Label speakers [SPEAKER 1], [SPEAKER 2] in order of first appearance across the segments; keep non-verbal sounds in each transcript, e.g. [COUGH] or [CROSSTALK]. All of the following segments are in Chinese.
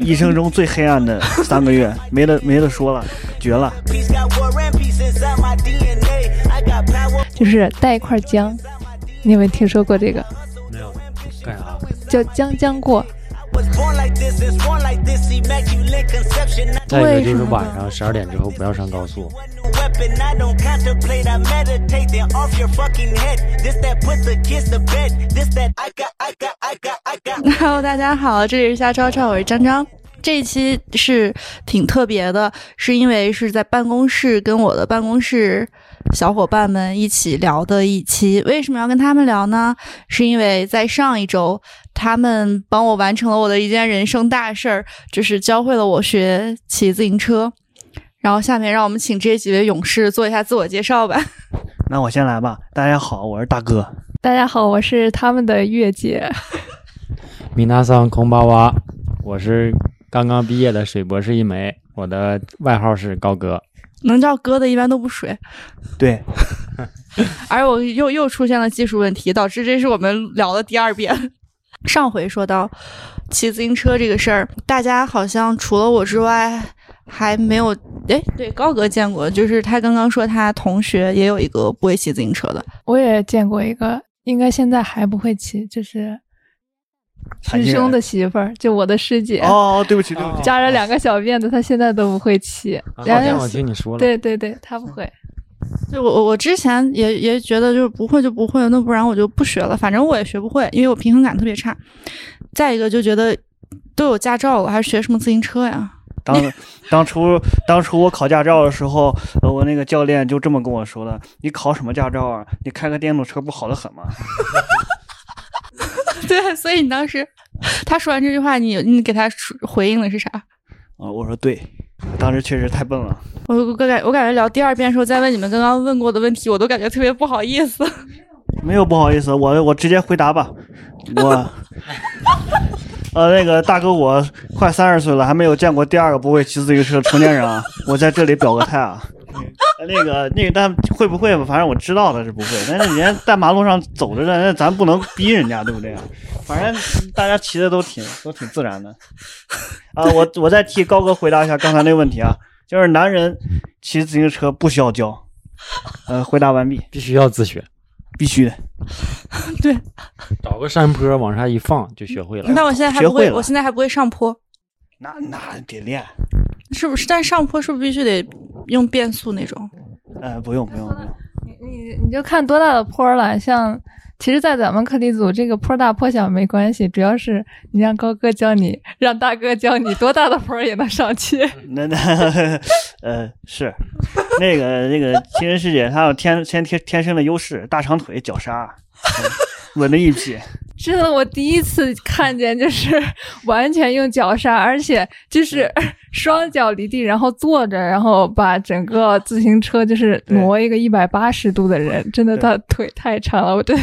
[SPEAKER 1] 一生中最黑暗的三个月，没得没得说了，绝了。
[SPEAKER 2] 就是带一块姜，你有没有听说过这个？
[SPEAKER 3] 没有干啥？
[SPEAKER 2] 叫姜浆过。
[SPEAKER 3] 再一个就是晚上十二点之后不要上高速。
[SPEAKER 4] Hello，大家好，这里是夏超超，我是张张。这一期是挺特别的，是因为是在办公室跟我的办公室小伙伴们一起聊的一期。为什么要跟他们聊呢？是因为在上一周，他们帮我完成了我的一件人生大事儿，就是教会了我学骑自行车。然后下面让我们请这几位勇士做一下自我介绍吧。
[SPEAKER 1] 那我先来吧，大家好，我是大哥。
[SPEAKER 2] 大家好，我是他们的月姐。
[SPEAKER 3] 米娜桑空巴哇，我是刚刚毕业的水博士一枚，我的外号是高哥。
[SPEAKER 4] 能叫哥的一般都不水，
[SPEAKER 1] 对，
[SPEAKER 4] 而我又又出现了技术问题，导致这是我们聊的第二遍。 [LAUGHS] 上回说到骑自行车这个事儿，大家好像除了我之外还没有。哎，对，高哥见过，就是他刚刚说他同学也有一个不会骑自行车的，
[SPEAKER 2] 我也见过一个，应该现在还不会骑，就是师兄的媳妇儿，就我的师姐，
[SPEAKER 1] 哦，对不起，对不起，
[SPEAKER 2] 扎着两个小辫子，她现在都不会骑。
[SPEAKER 3] 啊好
[SPEAKER 2] 然
[SPEAKER 3] 像
[SPEAKER 2] 后
[SPEAKER 3] 我听你说了，
[SPEAKER 2] 对对对，她不会。
[SPEAKER 4] 就我我我之前也也觉得就是不会就不会，那不然我就不学了，反正我也学不会，因为我平衡感特别差。再一个就觉得都有驾照了，还学什么自行车呀？
[SPEAKER 1] 当当初当初我考驾照的时候，呃我那个教练就这么跟我说的：“你考什么驾照啊？你开个电动车不好的很吗
[SPEAKER 4] [LAUGHS] 对，所以你当时他说完这句话，你你给他回应的是啥？？”
[SPEAKER 1] 啊、我说对，当时确实太笨了。
[SPEAKER 4] 我我感我感觉聊第二遍的时候再问你们刚刚问过的问题，我都感觉特别不好意
[SPEAKER 3] [LAUGHS]
[SPEAKER 4] 思。
[SPEAKER 1] 没有不好意思，我我直接回答吧，我。呃，那个大哥，我快三十岁了，还没有见过第二个不会骑自行车的成年人啊！我在这里表个态啊。呃那个那个，但会不会吧？反正我知道的是不会，但是人家在马路上走着呢，那咱不能逼人家，对不对啊？反正大家骑的都挺都挺自然的。啊、我我再替高哥回答一下刚才那个问题啊，就是男人骑自行车不需要教。呃，回答完毕，
[SPEAKER 3] 必须要自学，
[SPEAKER 1] 必须的。
[SPEAKER 3] 找个山坡往下一放就学会了。
[SPEAKER 4] 那我现在还
[SPEAKER 1] 学
[SPEAKER 4] 不
[SPEAKER 1] 会
[SPEAKER 4] 会，
[SPEAKER 1] 了
[SPEAKER 4] 我现在还不会上坡，
[SPEAKER 1] 那
[SPEAKER 4] 嗯
[SPEAKER 1] 那得练。
[SPEAKER 4] 是不是？但上坡是不是必须得用变速那种？
[SPEAKER 1] 呃，不用不用不用，
[SPEAKER 2] 你你就看多大的坡了，像其实，在咱们课题组，这个坡大坡小没关系，主要是你让高哥教你，让大哥教你，多大的坡也能上去。
[SPEAKER 1] 那 [LAUGHS] 那呃是，那个那
[SPEAKER 4] [LAUGHS]
[SPEAKER 1] 个新人师姐她有天先天天生的优势，大长腿脚刹，嗯稳的一
[SPEAKER 4] [LAUGHS]
[SPEAKER 1] 批。
[SPEAKER 2] 真的，我第一次看见就是完全用脚刹，而且就是 [LAUGHS] 双脚离地，然后坐着，然后把整个自行车就是挪一个一百八十度的人，真的，
[SPEAKER 1] 对
[SPEAKER 2] 他腿太长了，我真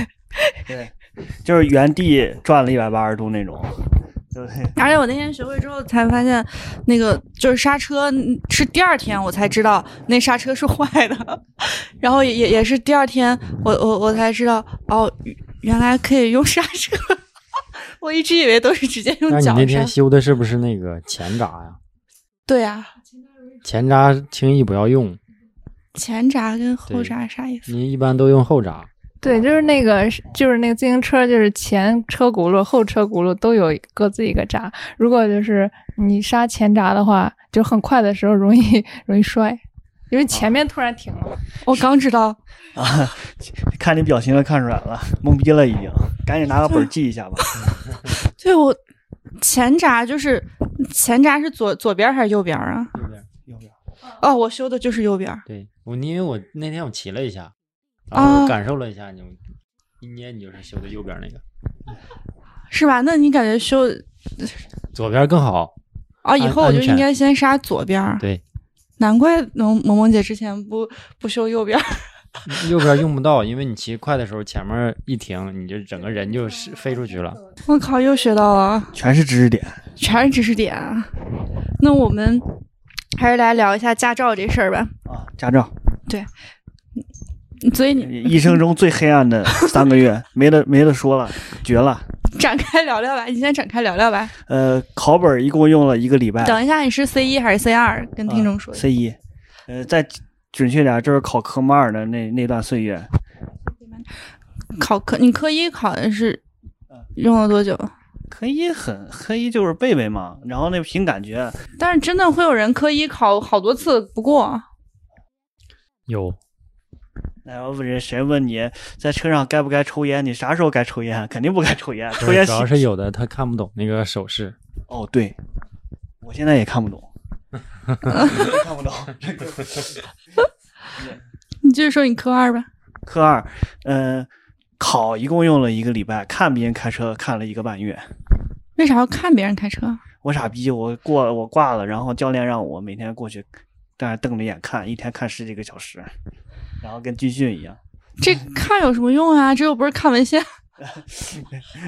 [SPEAKER 1] 对，就是原地转了一百八十度那种，对不对？
[SPEAKER 4] 而且我那天学会之后才发现，那个就是刹车嗯是第二天我才知道那刹车是坏的， [LAUGHS] 然后也也也是第二天我我我才知道哦，原来可以用刹车， [LAUGHS] 我一直以为都是直接用
[SPEAKER 3] 那你
[SPEAKER 4] 脚
[SPEAKER 3] 那
[SPEAKER 4] 刹
[SPEAKER 3] 天。修的是不是那个前闸呀、
[SPEAKER 4] 对啊，
[SPEAKER 3] 前闸轻易不要用，
[SPEAKER 4] 前闸跟后
[SPEAKER 3] 对
[SPEAKER 4] 闸啥意思？
[SPEAKER 3] 你一般都用后闸。
[SPEAKER 2] 对，就是那个，就是那个自行车，就是前车轱辘、后车轱辘都有各自一个闸。如果就是你刹前闸的话，就很快的时候容易 [LAUGHS] 容易摔，因为前面突然停了。
[SPEAKER 4] 我刚知道，
[SPEAKER 1] 啊， [LAUGHS] 看你表情都看出来了，懵逼了已经，赶紧拿个本儿记一下
[SPEAKER 4] [LAUGHS]
[SPEAKER 1] 吧。
[SPEAKER 4] 对我前闸就是前闸是左左边还是右边啊？
[SPEAKER 1] 右边
[SPEAKER 4] 哦，我修的就是右边。
[SPEAKER 3] 对我，因为我那天我骑了一下，然
[SPEAKER 4] 啊
[SPEAKER 3] 后我感受了一下，你一捏你就是修的右边那个，
[SPEAKER 4] 是吧？那你感觉修
[SPEAKER 3] 左边更好。
[SPEAKER 4] 啊，以
[SPEAKER 3] 安
[SPEAKER 4] 后我就
[SPEAKER 3] 安全
[SPEAKER 4] 应该先刹左边儿。
[SPEAKER 3] 对，
[SPEAKER 4] 难怪萌萌萌姐之前不不修右边儿。 [LAUGHS]
[SPEAKER 3] 右边用不到，因为你骑快的时候前面一停，你就整个人就是飞出去了。
[SPEAKER 4] 我靠，又学到了，
[SPEAKER 1] 全是知识点。
[SPEAKER 4] 全是知识点啊！那我们还是来聊一下驾照这事儿吧。
[SPEAKER 1] 啊，驾照，
[SPEAKER 4] 所以你嗯
[SPEAKER 1] 一生中最黑暗的三个月，没得没得说了，绝了！
[SPEAKER 4] 展开聊聊吧，你先展开聊聊吧。
[SPEAKER 1] 呃，考本儿一共用了一个礼拜。
[SPEAKER 4] 等一下，你是 C 一还是 C 二？
[SPEAKER 1] 啊
[SPEAKER 4] 跟嗯听众说一下。
[SPEAKER 1] C 一，呃，再准确点，就是考科目二的那那段岁月，
[SPEAKER 4] 考科，你科一考的是用了多久？
[SPEAKER 1] 科一很科一就是背背嘛，然后那凭感觉，
[SPEAKER 4] 但是真的会有人科一考好多次不过，
[SPEAKER 3] 有
[SPEAKER 1] 然后人谁哎问你在车上该不该抽烟，你啥时候该抽烟？肯定不该抽烟，抽烟
[SPEAKER 3] 主要是有的他看不懂那个手势，
[SPEAKER 1] 哦，对，我现在也看不
[SPEAKER 4] [LAUGHS]
[SPEAKER 1] 懂，看不懂。
[SPEAKER 4] 你就是说你科二吧？
[SPEAKER 1] 科二，嗯、考一共用了一个礼拜，看别人开车看了一个半月。
[SPEAKER 4] 为啥要看别人开车？啊
[SPEAKER 1] 我傻逼，我过我挂了，然后教练让我每天过去，但是瞪着眼看，一天看十几个小时，然后跟军训一样。 [LAUGHS]
[SPEAKER 4] 这看有什么用啊？这又不是看文献。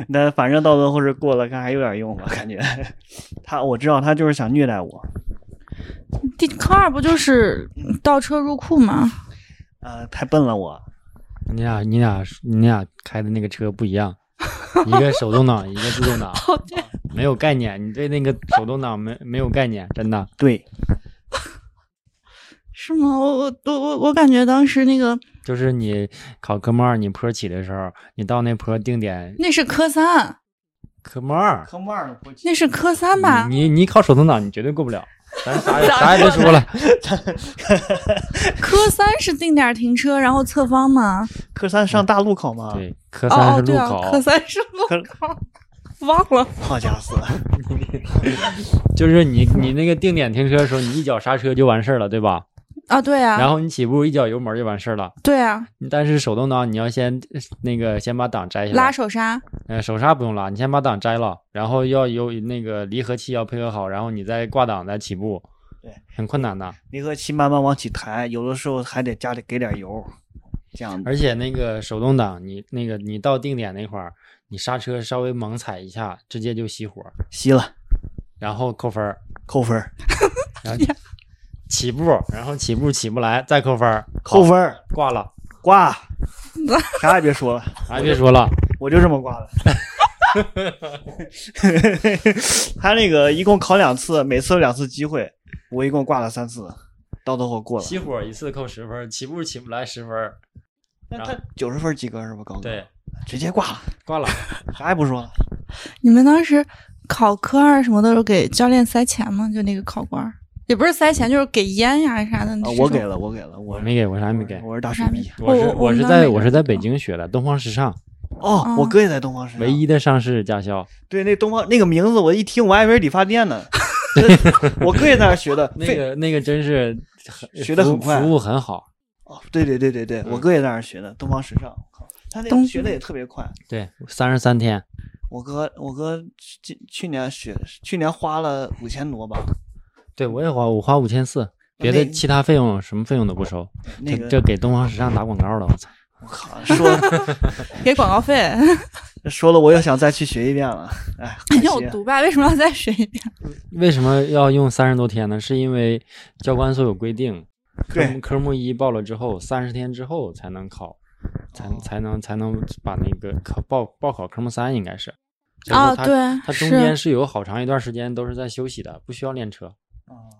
[SPEAKER 1] 那反正到最后是过了，看还有点用吧，感觉 [LAUGHS] 他我知道他就是想虐待我。
[SPEAKER 4] [LAUGHS] 第科二不就是倒车入库吗？
[SPEAKER 1] 呃，太笨了我，
[SPEAKER 3] 你俩你俩你俩开的那个车不一样，一个手动挡，一个自动挡，
[SPEAKER 4] 哦，对，
[SPEAKER 3] 没有概念，你对那个手动挡没没有概念，真的。
[SPEAKER 1] 对，
[SPEAKER 4] 是吗？我我我我我感觉当时那个
[SPEAKER 3] 就是你考科目二，你坡起的时候，你到那坡定点
[SPEAKER 4] 那是科三，
[SPEAKER 3] 科目二，
[SPEAKER 1] 科目二的国
[SPEAKER 4] 那是科三吧？
[SPEAKER 3] 嗯你你你考手动挡，你绝对过不了。咱
[SPEAKER 4] [LAUGHS]
[SPEAKER 3] 啥也啥也别说了，
[SPEAKER 4] 科三是定点停车，然后侧方吗？
[SPEAKER 1] 科三上大路考吗？
[SPEAKER 3] 对，科
[SPEAKER 4] 哦
[SPEAKER 3] 三
[SPEAKER 4] 哦，
[SPEAKER 3] 是路
[SPEAKER 4] 对啊
[SPEAKER 3] 考，，
[SPEAKER 4] 科三是路
[SPEAKER 1] 科
[SPEAKER 4] 考， [LAUGHS] 忘了。
[SPEAKER 1] 好家伙，
[SPEAKER 3] 就是你你那个定点停车的时候，你一脚刹车就完事儿了，对吧？
[SPEAKER 4] 啊，对啊，
[SPEAKER 3] 然后你起步一脚油门就完事儿了。
[SPEAKER 4] 对啊，
[SPEAKER 3] 但是手动挡你要先那个先把档摘下来，
[SPEAKER 4] 拉手刹，
[SPEAKER 3] 呃，手刹不用拉，你先把档摘了，然后要有那个离合器要配合好，然后你再挂档再起步，
[SPEAKER 1] 对，
[SPEAKER 3] 很困难的。
[SPEAKER 1] 离合器慢慢往起抬，有的时候还得家里给点油，这样的。
[SPEAKER 3] 而且那个手动挡，你那个你到定点那块儿，你刹车稍微猛踩一下，直接就熄火，
[SPEAKER 1] 熄了
[SPEAKER 3] 然后扣分儿，
[SPEAKER 1] 扣分儿，
[SPEAKER 3] 然后起步，然后起步起不来再扣分儿，
[SPEAKER 1] 扣
[SPEAKER 3] 好
[SPEAKER 1] 分儿
[SPEAKER 3] 挂了，
[SPEAKER 1] [LAUGHS] 挂，啥也别说了，
[SPEAKER 3] 啥也别说了，
[SPEAKER 1] 我就这么挂的。 [LAUGHS] 他那个一共考两次，每次有两次机会，我一共挂了三次，到最后过了。
[SPEAKER 3] 熄火一次扣十分儿，起步起不来十分儿，
[SPEAKER 1] 那
[SPEAKER 3] 然
[SPEAKER 1] 他
[SPEAKER 3] 后
[SPEAKER 1] 九十分及格是吧？高哥，
[SPEAKER 3] 对，
[SPEAKER 1] 直接挂了，
[SPEAKER 3] 挂了。
[SPEAKER 1] 啥也不说了。
[SPEAKER 4] 你们当时考科二什么的时候给教练塞钱吗？就那个考官儿，也不是塞钱，就是给烟呀啥的。
[SPEAKER 1] 啊
[SPEAKER 4] 是，
[SPEAKER 1] 我
[SPEAKER 4] 这
[SPEAKER 1] 给
[SPEAKER 4] 种。
[SPEAKER 1] 了，我给了，我
[SPEAKER 3] 我没给，我啥也没给。
[SPEAKER 1] 我是大
[SPEAKER 4] 我
[SPEAKER 1] 水
[SPEAKER 4] 啥没
[SPEAKER 1] 逼。
[SPEAKER 3] 我是
[SPEAKER 4] 我我
[SPEAKER 3] 是
[SPEAKER 4] 们
[SPEAKER 3] 在
[SPEAKER 4] 哦那
[SPEAKER 3] 我
[SPEAKER 4] 个
[SPEAKER 3] 是在北京学的东方时尚，
[SPEAKER 1] 哦，
[SPEAKER 4] 嗯
[SPEAKER 1] 我哥也在东方时尚，
[SPEAKER 3] 唯一的上市驾校。
[SPEAKER 1] 对那东方那个名字，我一听我还以为是理发店
[SPEAKER 3] [LAUGHS]
[SPEAKER 1] 呢。我哥也在那儿学的，
[SPEAKER 3] 那
[SPEAKER 1] 非
[SPEAKER 3] 个那个真是很
[SPEAKER 1] 学得
[SPEAKER 3] 服务
[SPEAKER 1] 很快
[SPEAKER 3] 服务很好。
[SPEAKER 1] 哦，对对对对对，
[SPEAKER 3] 嗯
[SPEAKER 1] 我哥也在那儿学的，东方时尚。靠他那
[SPEAKER 4] 东
[SPEAKER 1] 个学的也特别快，
[SPEAKER 3] 对，三十三天，
[SPEAKER 1] 我哥我哥去去年学，去年花了五千多吧，
[SPEAKER 3] 对我也花我花五千四，别的
[SPEAKER 1] 那
[SPEAKER 3] 其他费用什么费用都不收。
[SPEAKER 1] 那
[SPEAKER 3] 这
[SPEAKER 1] 个
[SPEAKER 3] 这给东方时尚打广告了，我操！
[SPEAKER 1] 我靠，说
[SPEAKER 4] 给广告费，
[SPEAKER 1] 说了我又想再去学一遍了，
[SPEAKER 4] [LAUGHS]
[SPEAKER 1] 哎，可惜
[SPEAKER 4] 要我读吧？为什么要再学一遍？
[SPEAKER 3] 为什么要用三十多天呢？是因为教官所有规定，科目
[SPEAKER 1] 对
[SPEAKER 3] 科目一报了之后，三十天之后才能考，才
[SPEAKER 1] 哦
[SPEAKER 3] 才能才能把那个考报报考科目三应该是。所以
[SPEAKER 4] 啊，
[SPEAKER 3] 说他
[SPEAKER 4] 对，
[SPEAKER 3] 他中
[SPEAKER 4] 是
[SPEAKER 3] 间是有好长一段时间都是在休息的，不需要练车。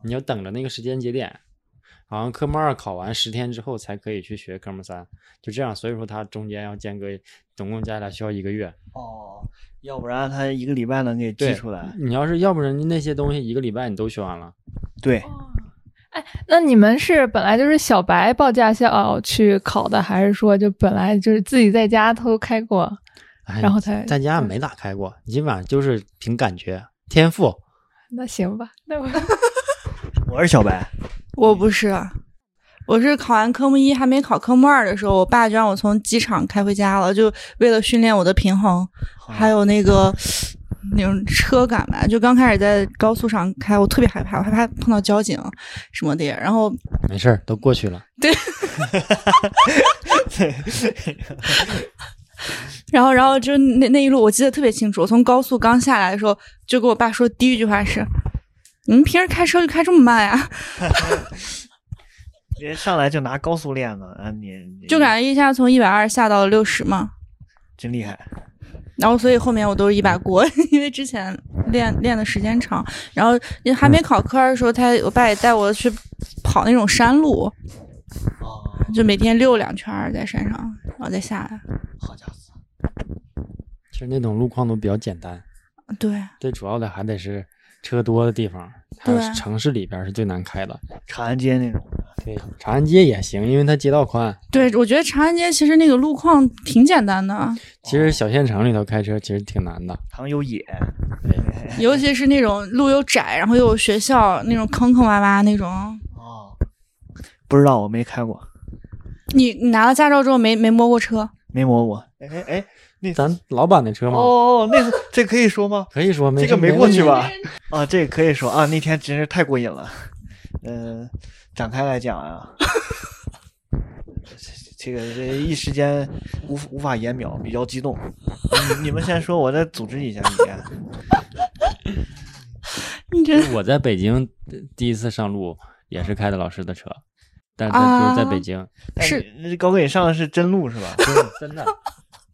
[SPEAKER 3] 你要等着那个时间节点，好像科目二考完十天之后才可以去学科目三，就这样。所以说它中间要间隔，总共加起来需要一个月。
[SPEAKER 1] 哦，要不然他一个礼拜能给
[SPEAKER 3] 对
[SPEAKER 1] 记出来，
[SPEAKER 3] 你要是要不然那些东西一个礼拜你都学完了，
[SPEAKER 1] 对，
[SPEAKER 2] 哦哎那你们是本来就是小白报驾校去考的，还是说就本来就是自己在家偷开过，
[SPEAKER 3] 哎，
[SPEAKER 2] 然后才
[SPEAKER 3] 在家没咋开过，基本上就是凭感觉、天赋。
[SPEAKER 2] 那行吧？
[SPEAKER 3] [LAUGHS]
[SPEAKER 2] 那我
[SPEAKER 1] 我是小白，
[SPEAKER 4] 我不是，
[SPEAKER 1] 啊
[SPEAKER 4] 我是考完科目一还没考科目二的时候，我爸就让我从机场开回家了，就为了训练我的平衡，
[SPEAKER 1] 啊嗯
[SPEAKER 4] 还有那个那种车感吧。就刚开始在高速上开，我特别害怕，我害怕碰到交警什么的。然后
[SPEAKER 3] 没事儿，都过去了。
[SPEAKER 4] 然后，然后就那那一路我记得特别清楚。我从高速刚下来的时候，就跟我爸说第一句话是：“你们平时开车就开这么慢呀 [LAUGHS]
[SPEAKER 1] 人上来就拿高速链子，啊你？”
[SPEAKER 4] 就感觉一下从一百二下到了六十嘛。
[SPEAKER 1] 真厉害，
[SPEAKER 4] 然后所以后面我都是一把过， [LAUGHS] 因为之前练练的时间长，然后还没考科二的时候，他我爸也带我去跑那种山路，
[SPEAKER 1] 哦
[SPEAKER 4] 就每天溜两圈儿在山上，然后再下来。
[SPEAKER 1] 好家伙，
[SPEAKER 3] 其实那种路况都比较简单，
[SPEAKER 4] 对，
[SPEAKER 3] 最主要的还得是车多的地方，还有
[SPEAKER 4] 对啊
[SPEAKER 3] 城市里边是最难开的。
[SPEAKER 1] 长安街那种，
[SPEAKER 3] 对，长安街也行，因为它街道宽。
[SPEAKER 4] 对我觉得长安街其实那个路况挺简单的，
[SPEAKER 3] 其
[SPEAKER 1] 哦
[SPEAKER 3] 实小县城里头开车其实挺难的。
[SPEAKER 1] 他们有野，
[SPEAKER 4] 尤其是那种路又窄，然后又有学校那种坑坑洼洼那种。
[SPEAKER 1] 哦，不知道我没开过，
[SPEAKER 4] 你你拿了驾照之后没没摸过车？
[SPEAKER 1] 没摸过。哎哎哎，
[SPEAKER 3] 咱老板的车
[SPEAKER 1] 哦
[SPEAKER 3] 吗？
[SPEAKER 1] 哦，那个这可以说吗？
[SPEAKER 3] 可以说没
[SPEAKER 1] 这个没
[SPEAKER 3] 没
[SPEAKER 1] 过去吧？啊，这个可以说啊，那天真是太过瘾了。嗯、展开来讲啊，这这个这一时间无无法言表，比较激动。你你们先说，我再组织一下你先。
[SPEAKER 4] [LAUGHS] 你这
[SPEAKER 3] 我在北京呃第一次上路也是开的老师的车，但是就是在
[SPEAKER 4] 啊
[SPEAKER 3] 北京，
[SPEAKER 1] 但
[SPEAKER 4] 是
[SPEAKER 1] 你高跟你上的是真路是吧？
[SPEAKER 3] 真的真的。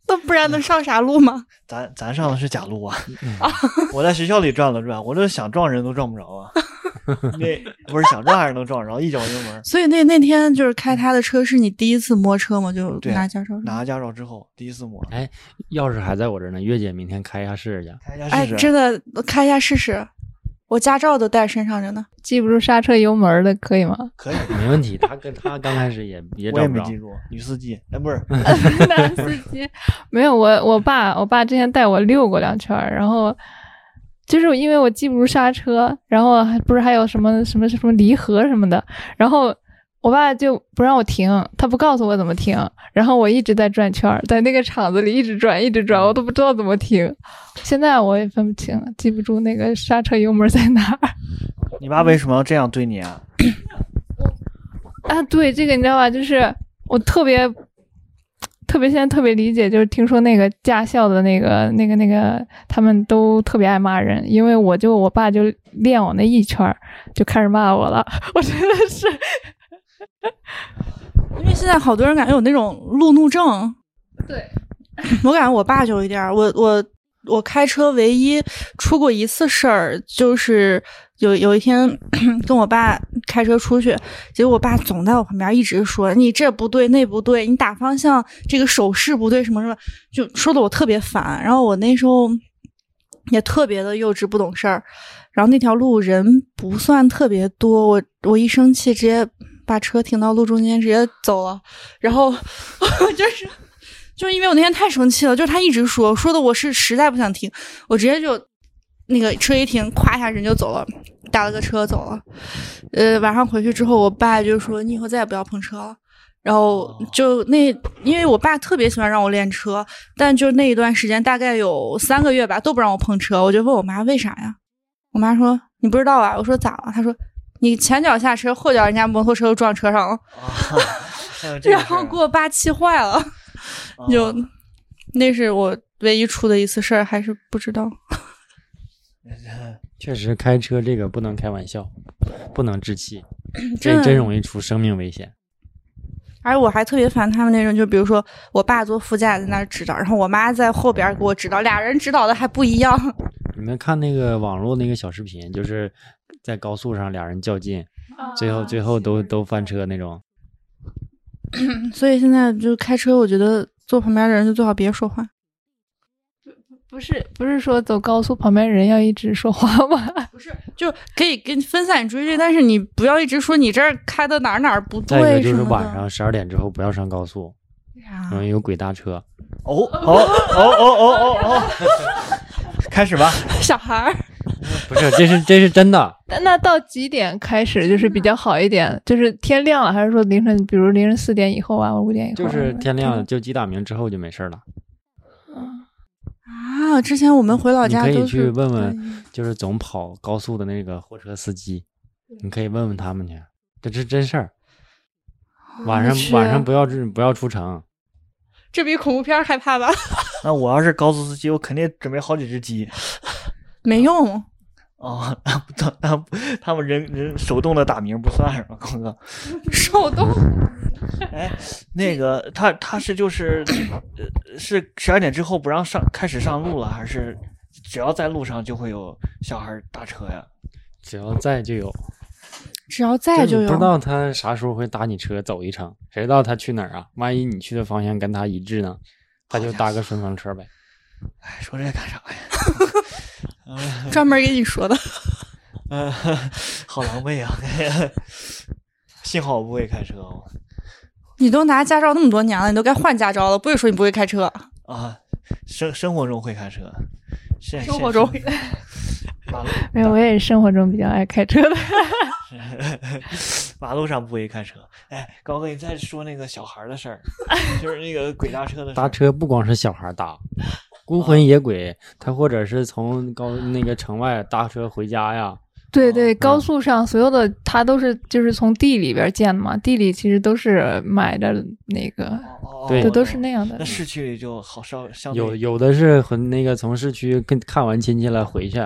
[SPEAKER 4] 那不然能上啥路吗？
[SPEAKER 1] 咱咱上的是假路啊！
[SPEAKER 3] 嗯
[SPEAKER 1] [LAUGHS] 我在学校里转了转，我这想撞人都撞不着
[SPEAKER 3] [LAUGHS]
[SPEAKER 1] 啊。那不是想撞还是能撞着，一脚油门。
[SPEAKER 4] [LAUGHS] 所以那那天就是开他的车，是你第一次摸车吗？就
[SPEAKER 1] 对
[SPEAKER 4] 拿驾照？
[SPEAKER 1] 拿驾照之后第一次摸，
[SPEAKER 3] 哎，钥匙还在我这儿呢，月姐明天开一下试试去。
[SPEAKER 1] 开一下
[SPEAKER 4] 哎，
[SPEAKER 1] 试试。
[SPEAKER 4] 真的我开一下试试，我驾照都带身上着呢。
[SPEAKER 2] 记不住刹车油门的可以吗？
[SPEAKER 1] 可以，
[SPEAKER 3] 没问题，他跟他刚开始也也
[SPEAKER 1] 我
[SPEAKER 3] 找
[SPEAKER 1] 也
[SPEAKER 3] 不
[SPEAKER 1] 没
[SPEAKER 3] 着
[SPEAKER 1] 记住。女司机，哎，不是，
[SPEAKER 3] [LAUGHS]
[SPEAKER 2] [LAUGHS] 男司机没有我，我爸我爸之前带我溜过两圈儿，然后就是因为我记不住刹车，然后还不是还有什么什么什么离合什么的，然后我爸就不让我停，他不告诉我怎么停，然后我一直在转圈儿，在那个场子里一直转一直转，我都不知道怎么停。现在我也分不清，记不住那个刹车油门在哪儿。
[SPEAKER 1] 你爸为什么要这样对你啊？
[SPEAKER 2] 啊，对这个你知道吧？就是我特别特别现在特别理解，就是听说那个驾校的那个那个那个，他们都特别爱骂人，因为我就我爸就练我那一圈儿就开始骂我了， [LAUGHS] 我真的是
[SPEAKER 4] 因为现在好多人感觉有那种路怒症，
[SPEAKER 2] 对。
[SPEAKER 4] [LAUGHS] 我感觉我爸就有一点儿，我我我开车唯一出过一次事儿，就是有有一天 [CLEARS THROAT] 跟我爸开车出去，结果我爸总在我旁边一直说你这不对那不对，你打方向这个手势不对什么什么，就说的我特别烦。然后我那时候也特别的幼稚不懂事儿，然后那条路人不算特别多，我我一生气直接把车停到路中间直接走了，然后 [LAUGHS] 就是。就是因为我那天太生气了，就是他一直说说的，我是实在不想停，我直接就那个车一停，咵一下人就走了，打了个车走了。呃，晚上回去之后，我爸就说你以后再也不要碰车了。然后
[SPEAKER 1] 哦
[SPEAKER 4] 就那，因为我爸特别喜欢让我练车，但就那一段时间，大概有三个月吧，都不让我碰车。我就问我妈为啥呀？我妈说你不知道啊。我说咋了？她说你前脚下车，后脚人家摩托车都撞车上了。
[SPEAKER 1] 啊，还有这个
[SPEAKER 4] 然
[SPEAKER 1] 事
[SPEAKER 4] 后
[SPEAKER 1] 儿
[SPEAKER 4] 给我爸气坏了。
[SPEAKER 1] 啊
[SPEAKER 4] 就那是我唯一出的一次事儿，还是不知道。
[SPEAKER 3] 确实，开车这个不能开玩笑，不能置气，
[SPEAKER 4] [CLEARS THROAT] 真
[SPEAKER 3] 这
[SPEAKER 4] 的
[SPEAKER 3] 真容易出生命危险。
[SPEAKER 4] 而且我还特别烦他们那种，就比如说我爸坐副驾在那儿指导，然后我妈在后边给我指导，俩人指导的还不一样。
[SPEAKER 3] 你们看那个网络那个小视频，就是在高速上俩人较劲，最
[SPEAKER 4] 啊
[SPEAKER 3] 后最后都都翻车那种。
[SPEAKER 4] 嗯所以现在就开车，我觉得坐旁边的人就最好别说话。
[SPEAKER 2] 不是不是说走高速旁边人要一直说话吗？ [LAUGHS]
[SPEAKER 4] 就可以给你分散注意力，但是你不要一直说你这儿开的哪儿哪儿不
[SPEAKER 3] 再一个
[SPEAKER 4] 对
[SPEAKER 3] 就
[SPEAKER 4] 什
[SPEAKER 3] 是
[SPEAKER 4] 么的。啊
[SPEAKER 3] 晚上嗯十二点之后不要上高速，容易有鬼搭车。
[SPEAKER 1] 哦哦哦哦哦哦哦， [LAUGHS] 开始吧。
[SPEAKER 4] [LAUGHS] 小孩儿，
[SPEAKER 3] 不是，这是这是真
[SPEAKER 4] [LAUGHS]
[SPEAKER 3] 的。
[SPEAKER 2] 那那到几点开始就是比较好一点？就是天亮了，还是说凌晨，比如凌晨四点以后啊，或者五点以后
[SPEAKER 3] 就
[SPEAKER 2] 啊？
[SPEAKER 4] 嗯
[SPEAKER 3] 是天亮就鸡打鸣之后就没事儿了。
[SPEAKER 4] 啊！之前我们回老
[SPEAKER 3] 你
[SPEAKER 4] 家
[SPEAKER 3] 可
[SPEAKER 4] 都是
[SPEAKER 3] 以去问问
[SPEAKER 4] 对，
[SPEAKER 3] 就是总跑高速的那个货车司机，你可以问问他们去，这是真事儿。晚上
[SPEAKER 4] 去
[SPEAKER 3] 晚上不要出不要出城，
[SPEAKER 4] 这比恐怖片儿害怕吧？
[SPEAKER 1] 那我要是高速司机，我肯定准备好几只鸡。
[SPEAKER 4] 没用，
[SPEAKER 1] 哦，那不他他们人人手动的打鸣不算是吧，坤哥？
[SPEAKER 4] [LAUGHS] 手动。
[SPEAKER 1] 哎，那个他他是就是，呃，是十二点之后不让上开始上路了，还是只要在路上就会有小孩搭车呀？
[SPEAKER 3] 只要在就有，
[SPEAKER 4] 只要在
[SPEAKER 3] 就
[SPEAKER 4] 就
[SPEAKER 3] 你不知
[SPEAKER 4] 有。
[SPEAKER 3] 道他啥时候会搭你车走一程，谁知道他去哪儿啊？万一你去的方向跟他一致呢，他就搭个顺风车呗。
[SPEAKER 1] 哎，说这干啥呀？
[SPEAKER 4] [LAUGHS] 专门给你说的，
[SPEAKER 1] 呃， [LAUGHS] 好狼狈啊！幸好我不会开车哦
[SPEAKER 4] 你都拿驾照那么多年了，你都该换驾照了，不会说你不会开车。
[SPEAKER 1] 啊，生生活中会开车，现
[SPEAKER 4] 生活中
[SPEAKER 1] 现
[SPEAKER 4] [LAUGHS]
[SPEAKER 1] 马路
[SPEAKER 2] 没有，我也生活中比较爱开车的。
[SPEAKER 1] 马路上不会开车。哎，高哥，你再说那个小孩的事儿，就是那个鬼搭车的事
[SPEAKER 3] 搭
[SPEAKER 1] 儿。
[SPEAKER 3] 车不光是小孩搭，孤魂野鬼他或者是从高那个城外搭车回家呀，
[SPEAKER 2] 对对，
[SPEAKER 3] 嗯
[SPEAKER 2] 高速上所有的它都是就是从地里边建的嘛，地里其实都是埋着那个，
[SPEAKER 1] 哦哦哦
[SPEAKER 3] 对
[SPEAKER 2] 对，
[SPEAKER 1] 我
[SPEAKER 2] 都
[SPEAKER 1] 懂
[SPEAKER 2] 是那样的
[SPEAKER 1] 那。市区里就好稍相对
[SPEAKER 3] 有有的是和那个从市区跟看完亲戚了回去，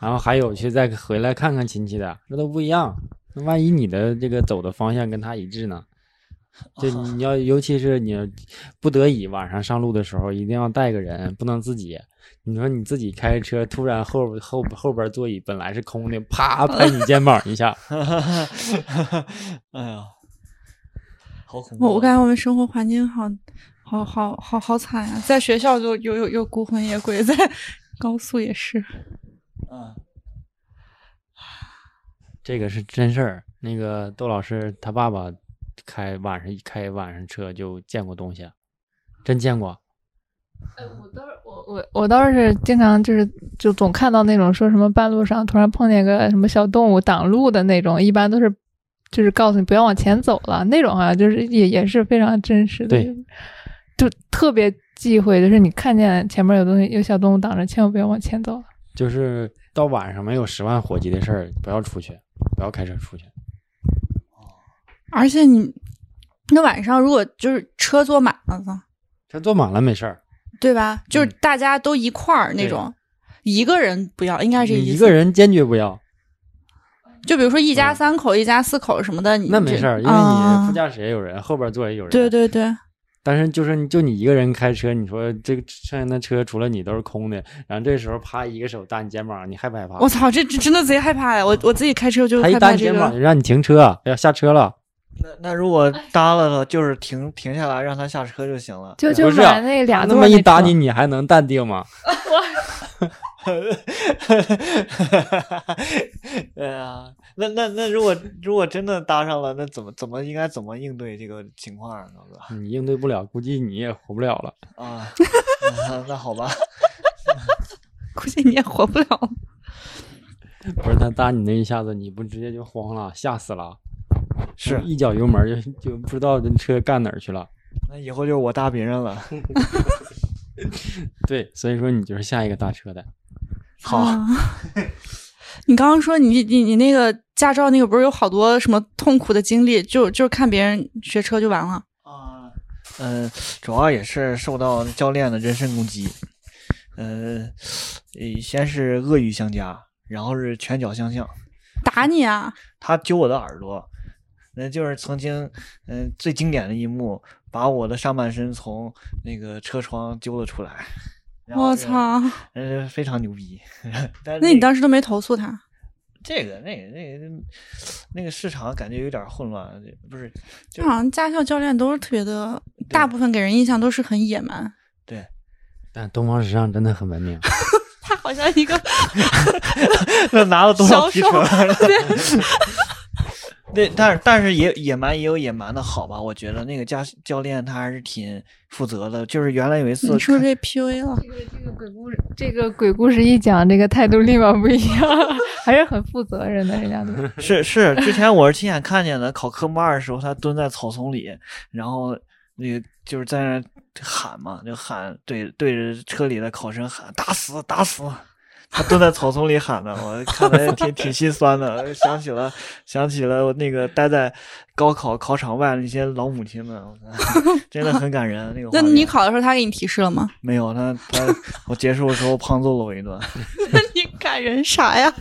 [SPEAKER 3] 然后还有去再回来看看亲戚的，这都不一样。那万一你的这个走的方向跟他一致呢？就你要，尤其是你不得已晚上上路的时候，一定要带个人，不能自己。你说你自己开着车，突然后后后边座椅本来是空的，啪拍你肩膀一下，
[SPEAKER 1] [LAUGHS] 哎呀，好恐怖啊！
[SPEAKER 4] 我我感觉我们生活环境好，好好好好惨呀、在学校就有有有孤魂野鬼，在高速也是。
[SPEAKER 1] 嗯，
[SPEAKER 3] 这个是真事儿。那个窦老师他爸爸开晚上开晚上车就见过东西，真见过。
[SPEAKER 2] 哎我我我倒是经常就是就总看到那种说什么半路上突然碰见个什么小动物挡路的那种，一般都是就是告诉你不要往前走了那种，好像就是也也是非常真实的，
[SPEAKER 3] 对
[SPEAKER 2] 就特别忌讳，就是你看见前面有东西有小动物挡着，千万不要往前走了。
[SPEAKER 3] 就是到晚上没有十万火急的事儿，不要出去，不要开车出去。
[SPEAKER 4] 而且你那晚上如果就是车坐满了呢，
[SPEAKER 3] 车坐满了没事儿，
[SPEAKER 4] 对吧？就是
[SPEAKER 3] 嗯
[SPEAKER 4] 大家都一块儿那种，一个人不要，应该是
[SPEAKER 3] 你
[SPEAKER 4] 意
[SPEAKER 3] 一
[SPEAKER 4] 思
[SPEAKER 3] 个。人坚决不要，
[SPEAKER 4] 就比如说一家三口、一家四口什么的，你
[SPEAKER 3] 嗯那没
[SPEAKER 4] 这
[SPEAKER 3] 事儿，因为
[SPEAKER 4] 啊
[SPEAKER 3] 你副驾驶也有人，后边坐也有人。
[SPEAKER 4] 对。对对，
[SPEAKER 3] 但是就是你就你一个人开车，你说这个剩下的车除了你都是空的，然后这时候啪一个手搭你肩膀，你害不害怕？
[SPEAKER 4] 我操，这这真的贼害怕呀！我我自己开车就
[SPEAKER 3] 他一
[SPEAKER 4] 害
[SPEAKER 3] 搭
[SPEAKER 4] 怕
[SPEAKER 3] 你
[SPEAKER 4] 这
[SPEAKER 3] 肩膀
[SPEAKER 4] 个
[SPEAKER 3] 就。让你停车，要下车了。
[SPEAKER 1] 那那如果搭了的，就是停停下来让他下车就行了。
[SPEAKER 2] 就就
[SPEAKER 3] 不是啊
[SPEAKER 2] 买那俩
[SPEAKER 3] 那
[SPEAKER 2] 座
[SPEAKER 3] 么
[SPEAKER 2] 儿
[SPEAKER 3] 一
[SPEAKER 2] 那
[SPEAKER 3] 搭
[SPEAKER 2] 车
[SPEAKER 3] 你，你还能淡定吗？
[SPEAKER 1] [LAUGHS] 对啊，那那那如果如果真的搭上了，那怎么怎么应该怎么应对这个情况啊，高哥
[SPEAKER 3] 你应对不了，估计你也活不了了。
[SPEAKER 1] 啊？嗯那好吧，
[SPEAKER 4] [LAUGHS] 估计你也活不了了。
[SPEAKER 3] 不是他搭你那一下子，你不直接就慌了，吓死了。
[SPEAKER 1] [LAUGHS]
[SPEAKER 3] 啊
[SPEAKER 1] 是
[SPEAKER 3] 一脚油门儿就 [LAUGHS] 就不知道这车干哪儿去了。
[SPEAKER 1] 那以后就是我搭别人了。
[SPEAKER 3] 对，所以说你就是下一个搭车的。
[SPEAKER 1] 好，
[SPEAKER 4] 啊 [LAUGHS] 你刚刚说你你你那个驾照那个不是有好多什么痛苦的经历，就就是看别人学车就完了。
[SPEAKER 1] 啊，嗯、主要也是受到教练的人身攻击，呃，呃先是恶语相加，然后是拳脚相向，
[SPEAKER 4] 打你啊！
[SPEAKER 1] 他揪我的耳朵，那就是曾经，嗯、最经典的一幕，把我的上半身从那个车窗揪了出来。然后
[SPEAKER 4] 我
[SPEAKER 1] 是，
[SPEAKER 4] 操！
[SPEAKER 1] 呃，非常牛逼。 [LAUGHS] 但是
[SPEAKER 4] 那你
[SPEAKER 1] 个
[SPEAKER 4] 当时都没投诉他？
[SPEAKER 1] 这个那个那个那个市场感觉有点混乱，不是？就
[SPEAKER 4] 就好像驾校教练都是特别的，大部分给人印象都是很野蛮。 [LAUGHS]
[SPEAKER 1] 对，
[SPEAKER 3] 但东方时尚真的很文明，
[SPEAKER 4] 他好像一个
[SPEAKER 1] 那拿了多少
[SPEAKER 4] 销
[SPEAKER 1] 提
[SPEAKER 4] 售
[SPEAKER 1] 成？
[SPEAKER 4] [LAUGHS]
[SPEAKER 1] [LAUGHS] 对，但是但是也野蛮也有野蛮的好吧，我觉得那个教教练他还是挺负责的。就是原来有一次
[SPEAKER 4] 你是不
[SPEAKER 1] 看，
[SPEAKER 4] 是被 PUA 了？
[SPEAKER 2] 这个这个鬼故事，这个鬼故事一讲，这个态度立马不一样， [LAUGHS] 还是很负责任的，
[SPEAKER 3] [LAUGHS]
[SPEAKER 2] 人家都。
[SPEAKER 1] 是是，之前我是亲眼看见的，考科目二的时候，他蹲在草丛里，然后那个就是在那喊嘛，就喊对对着车里的考生喊打死打死。他蹲在草丛里喊的，我看的也挺挺心酸的，想起了想起了我那个待在高考考场外的那些老母亲们，我操真的很感人。那个
[SPEAKER 4] [LAUGHS] 那
[SPEAKER 1] 画
[SPEAKER 4] 你
[SPEAKER 1] 面
[SPEAKER 4] 考的时候他给你提示了吗？
[SPEAKER 1] 没有，他他我结束的时候胖揍了我一顿， [LAUGHS]
[SPEAKER 4] 那你感人啥呀？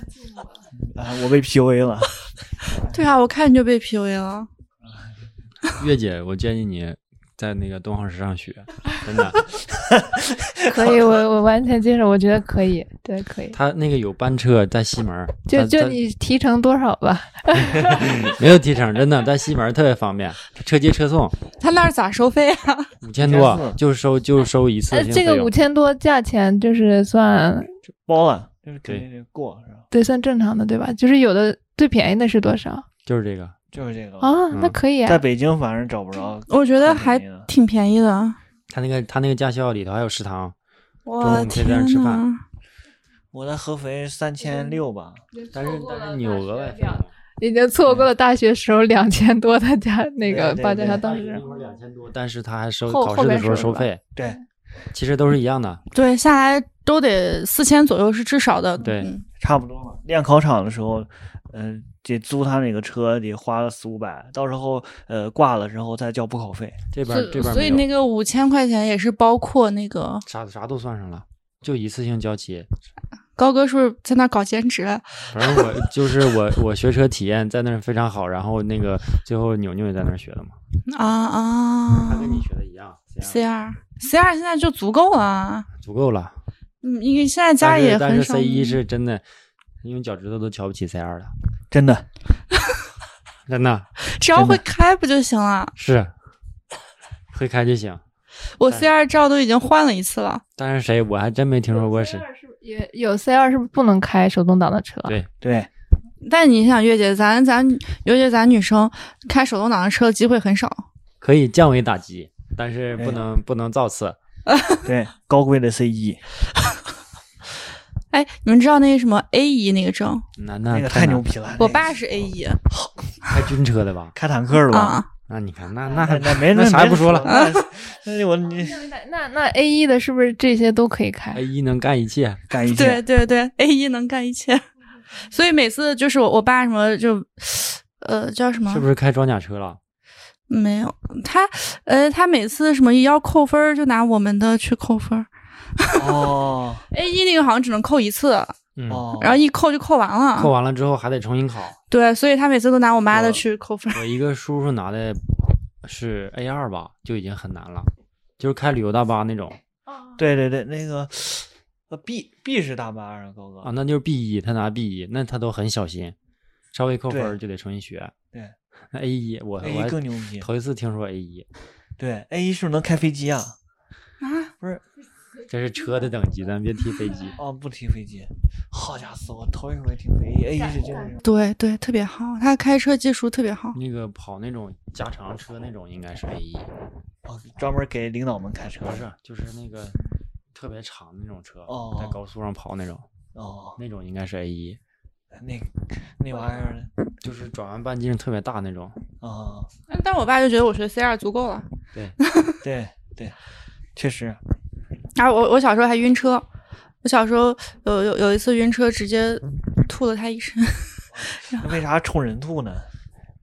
[SPEAKER 1] 啊，我被 PUA 了。 [LAUGHS]
[SPEAKER 4] 对啊，我看你就被 PUA 了。
[SPEAKER 3] [LAUGHS] 月姐，我建议你在那个东航时上学，真
[SPEAKER 2] [LAUGHS]
[SPEAKER 3] 的，
[SPEAKER 2] 可以，我我完全接受，我觉得可以，对，可以，
[SPEAKER 3] 他那个有班车在西门儿，
[SPEAKER 2] 就
[SPEAKER 3] 它
[SPEAKER 2] 就
[SPEAKER 3] 它
[SPEAKER 2] 你提成多少吧，
[SPEAKER 3] 没有提成，真的，在西门儿特别方便，车接车送，
[SPEAKER 4] 他那儿咋收费 [LAUGHS] 啊？
[SPEAKER 3] 五千
[SPEAKER 1] 5400
[SPEAKER 3] 多，就收就收一次
[SPEAKER 2] 呃，
[SPEAKER 3] 性
[SPEAKER 2] 这
[SPEAKER 3] 费
[SPEAKER 2] 个
[SPEAKER 3] 用
[SPEAKER 2] 五，千多价钱就是算
[SPEAKER 1] 包了，就是
[SPEAKER 3] 肯
[SPEAKER 1] 肯
[SPEAKER 3] 定
[SPEAKER 1] 定得过是吧？
[SPEAKER 2] 对算正常的对吧？就是有的最便宜的是多少
[SPEAKER 3] 就是这个，
[SPEAKER 1] 就是这
[SPEAKER 4] 哦
[SPEAKER 1] 个，
[SPEAKER 2] 啊？那
[SPEAKER 3] 嗯
[SPEAKER 2] 可以啊
[SPEAKER 1] 在，北京反正找不着。
[SPEAKER 4] 嗯
[SPEAKER 1] 啊
[SPEAKER 4] 我觉得还
[SPEAKER 1] 挺便宜的
[SPEAKER 4] 挺便宜的。
[SPEAKER 3] 他那个他那个驾校里头还有食堂，
[SPEAKER 4] 我
[SPEAKER 3] 中午可以
[SPEAKER 4] 天
[SPEAKER 3] 在那儿吃饭
[SPEAKER 4] 呐，
[SPEAKER 1] 我在合肥三千六吧，
[SPEAKER 3] 但是但是你有额外费用吗。
[SPEAKER 2] 已经错过了大学时候两千多的价那个
[SPEAKER 1] 对
[SPEAKER 2] 报
[SPEAKER 1] 对
[SPEAKER 2] 价，
[SPEAKER 1] 对
[SPEAKER 2] 当时
[SPEAKER 3] 两千多，但是他还收
[SPEAKER 2] 后
[SPEAKER 3] 考试的时候收
[SPEAKER 2] 后边
[SPEAKER 3] 费，
[SPEAKER 1] 对，
[SPEAKER 4] 嗯
[SPEAKER 3] 其实都是一样的。
[SPEAKER 4] 对，下来都得四千左右是至少的。
[SPEAKER 3] 对
[SPEAKER 4] 嗯
[SPEAKER 1] 差不多吧。练考场的时候，嗯、得租他那个车，得花了四五百，到时候呃挂了之后再交补考费。
[SPEAKER 3] 这边这
[SPEAKER 4] 所
[SPEAKER 3] 边
[SPEAKER 4] 所
[SPEAKER 3] 没
[SPEAKER 4] 以
[SPEAKER 3] 有
[SPEAKER 4] 那个五千块钱也是包括那个
[SPEAKER 3] 啥啥都算上了，就一次性交齐。
[SPEAKER 4] 高哥是不是在那儿搞兼职？
[SPEAKER 3] 反正我 [LAUGHS] 就是我我学车体验在那儿非常好，然后那个最后牛牛也在那儿学的嘛，
[SPEAKER 4] 啊啊
[SPEAKER 3] 他跟你学的一样，这
[SPEAKER 4] ！C
[SPEAKER 3] 样
[SPEAKER 4] 二 C 二现在就足够了，
[SPEAKER 3] 足够了。
[SPEAKER 4] 嗯，因为现在家
[SPEAKER 3] 但
[SPEAKER 4] 里也
[SPEAKER 3] 是但
[SPEAKER 4] 很
[SPEAKER 3] 是
[SPEAKER 4] 少。
[SPEAKER 3] C 一是真的，用脚趾头都瞧不起 C 二了，
[SPEAKER 1] 真的，
[SPEAKER 3] 真的
[SPEAKER 4] 只要
[SPEAKER 3] 真的
[SPEAKER 4] 会开不就行了？
[SPEAKER 3] 是会开就行。
[SPEAKER 4] 我
[SPEAKER 3] 对
[SPEAKER 4] C 二照都已经换了一次了。
[SPEAKER 3] 但是谁我还真没听说过
[SPEAKER 2] C
[SPEAKER 3] 谁。
[SPEAKER 2] 二是不是也有 C 二是不是不能开手动挡的
[SPEAKER 4] 啊
[SPEAKER 2] 车？
[SPEAKER 3] 对
[SPEAKER 1] 对，
[SPEAKER 4] 但你想，月姐，咱咱尤其咱女生开手动挡的车的机会很少。
[SPEAKER 3] 可以降维打击，但是
[SPEAKER 1] 哎
[SPEAKER 3] 不能、不能造次。
[SPEAKER 4] [LAUGHS]
[SPEAKER 1] 对，高贵的 C E 一，
[SPEAKER 4] 哎，你们知道那个什么 A 一那个证？
[SPEAKER 3] 那
[SPEAKER 1] 那
[SPEAKER 3] 那
[SPEAKER 1] 个
[SPEAKER 3] 太
[SPEAKER 1] 太
[SPEAKER 3] 难
[SPEAKER 1] 牛逼了。
[SPEAKER 4] 啊我
[SPEAKER 1] 那
[SPEAKER 4] 爸是 A 一
[SPEAKER 3] 开军车的吧？
[SPEAKER 1] 开坦克的吧？
[SPEAKER 4] 啊，
[SPEAKER 3] 那你看，那
[SPEAKER 1] 那
[SPEAKER 3] 那
[SPEAKER 1] 那没
[SPEAKER 3] 那啥也不说了。
[SPEAKER 1] [LAUGHS] 那
[SPEAKER 4] [LAUGHS]
[SPEAKER 1] 那我你
[SPEAKER 2] 那那那 A 一的是不是这些都可以开？
[SPEAKER 3] A 哎一能干一切，
[SPEAKER 1] 干一
[SPEAKER 4] 对
[SPEAKER 1] 切，
[SPEAKER 4] 对对，A 一能干一切。 [LAUGHS] 所以每次就是我我爸什么就，呃，叫什么？
[SPEAKER 3] 是不是开装甲车了？
[SPEAKER 4] 没有他，呃，他每次什么要扣分儿就拿我们的去扣分儿 [LAUGHS]
[SPEAKER 1] 哦
[SPEAKER 4] ，A 一那个好像只能扣一次，
[SPEAKER 3] 嗯，
[SPEAKER 1] 哦，
[SPEAKER 4] 然后一扣就扣完了。
[SPEAKER 3] 扣完嗯了之后还得重新考。
[SPEAKER 4] 对，所以他每次都拿我妈的
[SPEAKER 3] 我
[SPEAKER 4] 去扣分儿。
[SPEAKER 3] 我一个叔叔拿的是 A 二吧，就已经很难了，就是开旅游大巴那种
[SPEAKER 1] 对对对，那个呃 B B 是大巴啊，高哥
[SPEAKER 3] 啊，那就是 B 一，他拿 B 一，那他都很小心，稍微扣分儿
[SPEAKER 1] 对
[SPEAKER 3] 就得重新学。
[SPEAKER 1] 对，
[SPEAKER 3] 那 A 一我我
[SPEAKER 1] A 一更
[SPEAKER 3] 还
[SPEAKER 1] 牛逼。
[SPEAKER 3] 头一次听说 A 一，
[SPEAKER 1] 对，A 一是不是能开飞机啊？
[SPEAKER 4] 啊，
[SPEAKER 1] 不是，
[SPEAKER 3] 这是车的等级，咱别提飞机。 [LAUGHS]
[SPEAKER 1] 哦，不提飞机。好家伙，我头一回听飞机，A 一是真的是。
[SPEAKER 4] 对对，特别好，他开车技术特别好。
[SPEAKER 3] 那个跑那种加长车那种应该是 A 一，
[SPEAKER 1] 哦，专门给领导们开车
[SPEAKER 3] 不是，啊就是那个特别长的那种车，
[SPEAKER 1] 哦
[SPEAKER 3] 在高速上跑那种，
[SPEAKER 1] 哦，
[SPEAKER 3] 那种应该是 A 一，
[SPEAKER 1] 那那玩意儿
[SPEAKER 3] 就是转弯半径特别大那种。
[SPEAKER 1] 啊、哦，
[SPEAKER 3] 嗯
[SPEAKER 4] 但我爸就觉得我学 C 二足够了。
[SPEAKER 3] 对，
[SPEAKER 1] 对对，确实
[SPEAKER 4] 然后啊我我小时候还晕车，我小时候有有有一次晕车，直接吐了他一身。
[SPEAKER 2] 啊
[SPEAKER 1] 那为啥冲人吐呢？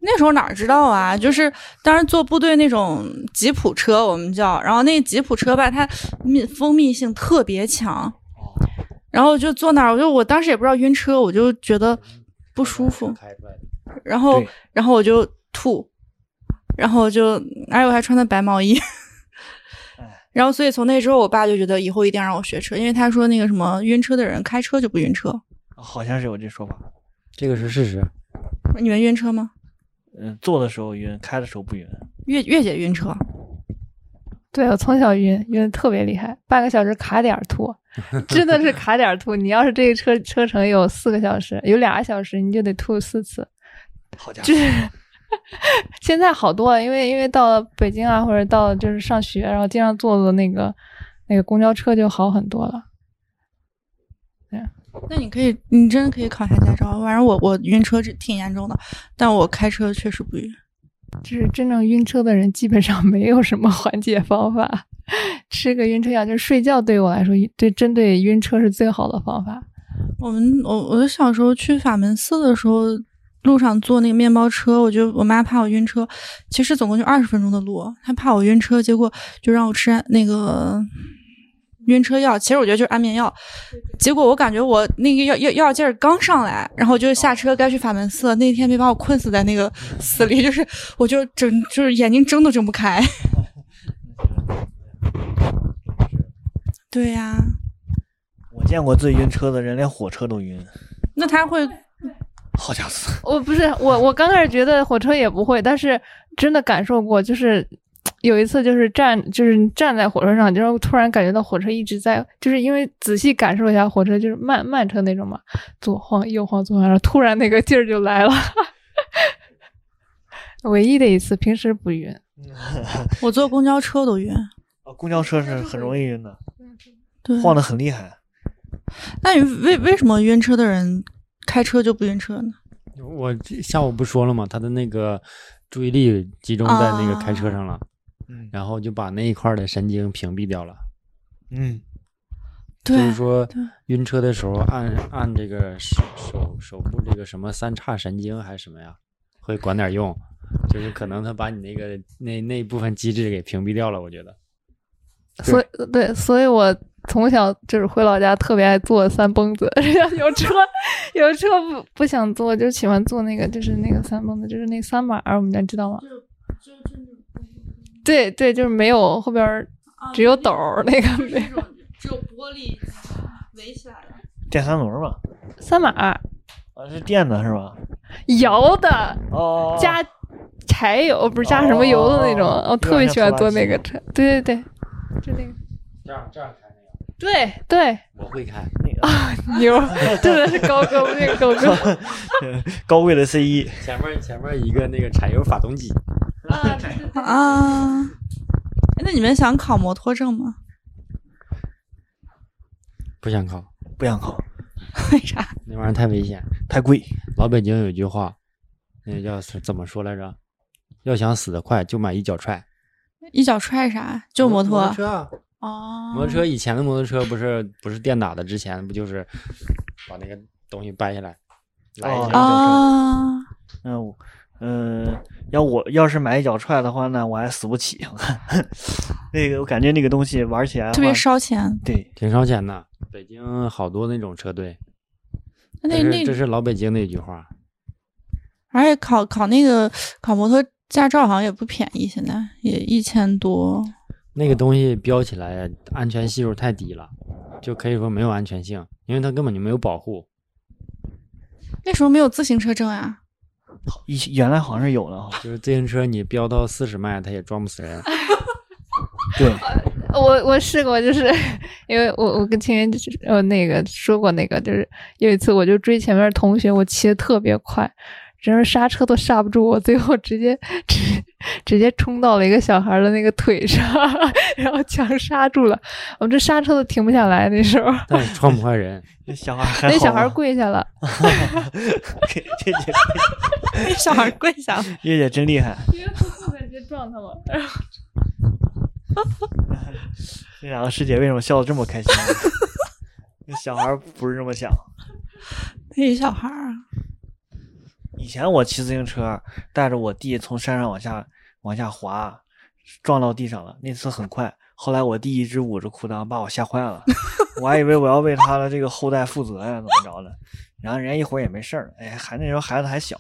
[SPEAKER 4] 那时候哪知道啊？就是当时坐部队那种吉普车，我们叫，然后那吉普车吧，它密封闭性特别强，
[SPEAKER 1] 哦，
[SPEAKER 4] 然后就坐那儿，我就我当时也不知道晕车，我就觉得不舒服，
[SPEAKER 3] 开出来的。
[SPEAKER 4] 然后
[SPEAKER 1] 对
[SPEAKER 4] 然后我就吐，然后我就而且我还穿的白毛衣
[SPEAKER 1] 哎。
[SPEAKER 4] 然后，所以从那之后，我爸就觉得以后一定要让我学车，因为他说那个什么晕车的人开车就不晕车。
[SPEAKER 1] 好像是有这说法。
[SPEAKER 3] 这个是事实，
[SPEAKER 4] 你们晕车吗？
[SPEAKER 1] 嗯，坐的时候晕，开的时候不晕。
[SPEAKER 4] 月月姐晕车，
[SPEAKER 2] 对我从小晕晕的特别厉害，半个小时卡点儿吐，真的是卡点儿吐。你要是这个车车程有四个小时，有俩小时你就得吐四次。 [LAUGHS]
[SPEAKER 1] 好家伙
[SPEAKER 2] 就，是现在好多了，因为因为到了北京啊，或者到了就是上学，然后经常坐坐那个那个公交车就好很多了。
[SPEAKER 4] 那你可以，你真的可以考下驾照。反正我我晕车是挺严重的，但我开车确实不晕。
[SPEAKER 2] 就是真正晕车的人，基本上没有什么缓解方法。 [LAUGHS] 吃个晕车药，就是睡觉，对我来说，对针对晕车是最好的方法。
[SPEAKER 4] 我们我我小时候去法门寺的时候，路上坐那个面包车，我就我妈怕我晕车，其实总共就二十分钟的路，她怕我晕车，结果就让我吃那个晕车药，其实我觉得就是安眠药。结果我感觉我那个药药药劲儿刚上来，然后我就下车该去法门寺了。那天没把我困死在那个寺里，就是我就整就是眼睛睁都睁不开。 [LAUGHS] 对呀、
[SPEAKER 1] 我见过最晕车的人，连火车都晕。
[SPEAKER 4] 那他会
[SPEAKER 1] 好家伙！
[SPEAKER 2] [LAUGHS] 我不是我，我刚开始觉得火车也不会，但是真的感受过，就是有一次就是站就是你站在火车上，就是突然感觉到火车一直在，就是因为仔细感受一下火车就是慢慢车那种嘛，左晃右晃左晃，然后突然那个劲儿就来了。 [LAUGHS] 唯一的一次，平时不晕。
[SPEAKER 4] 我坐公交车都晕。
[SPEAKER 1] 啊公交车是很容易晕的，
[SPEAKER 2] 嗯
[SPEAKER 4] 对，
[SPEAKER 1] 晃得很厉害。
[SPEAKER 4] 那你为为什么晕车的人开车就不晕车呢？
[SPEAKER 3] 我这下午不说了吗？他的那个注意力集中在那个开车上了，
[SPEAKER 4] 哦
[SPEAKER 1] 嗯
[SPEAKER 3] 然后就把那一块儿的神经屏蔽掉了。
[SPEAKER 1] 嗯，
[SPEAKER 3] 就
[SPEAKER 4] 对啊
[SPEAKER 3] 是，说晕车的时候按按这个手手手部这个什么三叉神经还是什么呀，会管点用。就是可能他把你那个那那部分机制给屏蔽掉了，我觉得。
[SPEAKER 2] 所以对，所以我从小就是回老家特别爱坐三蹦子， [LAUGHS] 人家有车有车不不想坐，就喜欢坐那个就是那个三蹦子，就是那三马儿，我们家知道吗？对对，就是没有后边儿只有斗儿那个没有
[SPEAKER 4] 只有玻璃围起来的。
[SPEAKER 1] 电三轮嘛，
[SPEAKER 2] 三马儿
[SPEAKER 1] 啊是电的是吧？
[SPEAKER 2] 摇的
[SPEAKER 1] 哦，
[SPEAKER 2] 加柴油，不是加什么油的那种，
[SPEAKER 1] 哦哦哦
[SPEAKER 2] 我特别喜欢坐那
[SPEAKER 1] 有
[SPEAKER 2] 个
[SPEAKER 1] 点
[SPEAKER 2] 车。对对对，就那个，
[SPEAKER 3] 这样这样开那个，
[SPEAKER 2] 对
[SPEAKER 1] [LAUGHS]
[SPEAKER 2] 对
[SPEAKER 3] 我会开。
[SPEAKER 2] 牛，真的是高哥，那个高哥。
[SPEAKER 1] [LAUGHS] 高贵的 C E，一，
[SPEAKER 3] 前面前面一个那个柴油发动机，
[SPEAKER 4] 啊，那你们想考摩托证吗？ [LAUGHS]
[SPEAKER 3] 不想考，
[SPEAKER 1] 不想考，
[SPEAKER 4] 为啥？
[SPEAKER 3] 那玩意儿太危险。
[SPEAKER 1] 太贵。
[SPEAKER 3] 老北京有一句话，那叫是怎么说来着？要想死得快，就买一脚踹。
[SPEAKER 4] 一脚踹啥？就摩托
[SPEAKER 3] 摩托车啊，
[SPEAKER 4] 哦，
[SPEAKER 3] 摩托车以前的摩托车不是不是电打的，之前不就是把那个东西掰下来，来一
[SPEAKER 1] 哦
[SPEAKER 3] 下。
[SPEAKER 4] 啊，
[SPEAKER 1] 嗯，我呃，要我要是买一脚踹的话呢，我还死不起。 [LAUGHS] 那个我感觉那个东西玩起来的话
[SPEAKER 4] 特别烧钱。
[SPEAKER 1] 对，
[SPEAKER 3] 挺烧钱的。北京好多那种车队，
[SPEAKER 4] 那
[SPEAKER 3] 这
[SPEAKER 4] 那
[SPEAKER 3] 是这是老北京的一句话。
[SPEAKER 4] 而且考考那个考摩托驾照好像也不便宜，现在也一千多。
[SPEAKER 3] 那个东西标起来安全系数太低了，就可以说没有安全性，因为它根本就没有保护。
[SPEAKER 4] 那时候没有自行车证呀、 [LAUGHS]
[SPEAKER 1] 以前原来好像是有的哈。
[SPEAKER 3] 就是自行车你飙到四十迈，它也撞不死人。
[SPEAKER 2] [LAUGHS]
[SPEAKER 1] 对，
[SPEAKER 2] 我我试过，就是因为我我跟青云就是呃那个说过那个，就是有一次我就追前面同学，我骑的特别快，然后刹车都刹不住我，最后直接直直接冲到了一个小孩的那个腿上， [LAUGHS] 然后强刹住了，我这刹车都停不下来。那时候
[SPEAKER 3] 但是撞不坏人。
[SPEAKER 1] 那小孩还
[SPEAKER 2] 那小
[SPEAKER 1] 好
[SPEAKER 2] 孩
[SPEAKER 1] 吧
[SPEAKER 2] 跪下了，
[SPEAKER 1] [LAUGHS] 这这这
[SPEAKER 4] 那
[SPEAKER 3] [LAUGHS]
[SPEAKER 4] 小孩跪下了。
[SPEAKER 1] 月姐真厉害。
[SPEAKER 2] 因为后面直接撞他了。
[SPEAKER 1] 这两个师姐为什么笑得这么开心
[SPEAKER 2] [LAUGHS]
[SPEAKER 1] 啊？那小孩儿不是这么想。
[SPEAKER 4] 那小孩儿啊， [LAUGHS]
[SPEAKER 1] 以前我骑自行车，带着我弟从山上往下往下滑，撞到地上了。那次很快，后来我弟一直捂着裤裆，把我吓坏了。我还以为我要为他的这个后代负责呀，怎么着的？然后人家一会儿也没事儿。哎，还那时候孩子还小，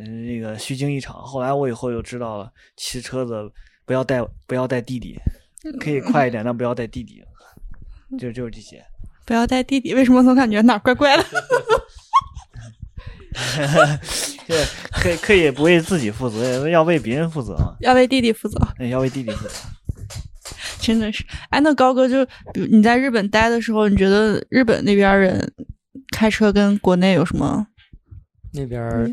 [SPEAKER 1] 嗯，那个虚惊一场。后来我以后就知道了，骑车子不要带不要带弟弟，可以快一点，但不要带弟弟。就就是这些。
[SPEAKER 4] 不要带弟弟，为什么总感觉哪儿怪怪
[SPEAKER 3] [LAUGHS]
[SPEAKER 4] 的？
[SPEAKER 1] 对，可以可以不为自己负责，要为别人负责嘛，
[SPEAKER 4] 要为弟弟负责，
[SPEAKER 1] 那要为弟弟负责。
[SPEAKER 4] 真的是。哎，那高哥就，比如你在日本待的时候，你觉得日本那边人开车跟国内有什么？
[SPEAKER 3] 那边
[SPEAKER 2] 嗯
[SPEAKER 3] 儿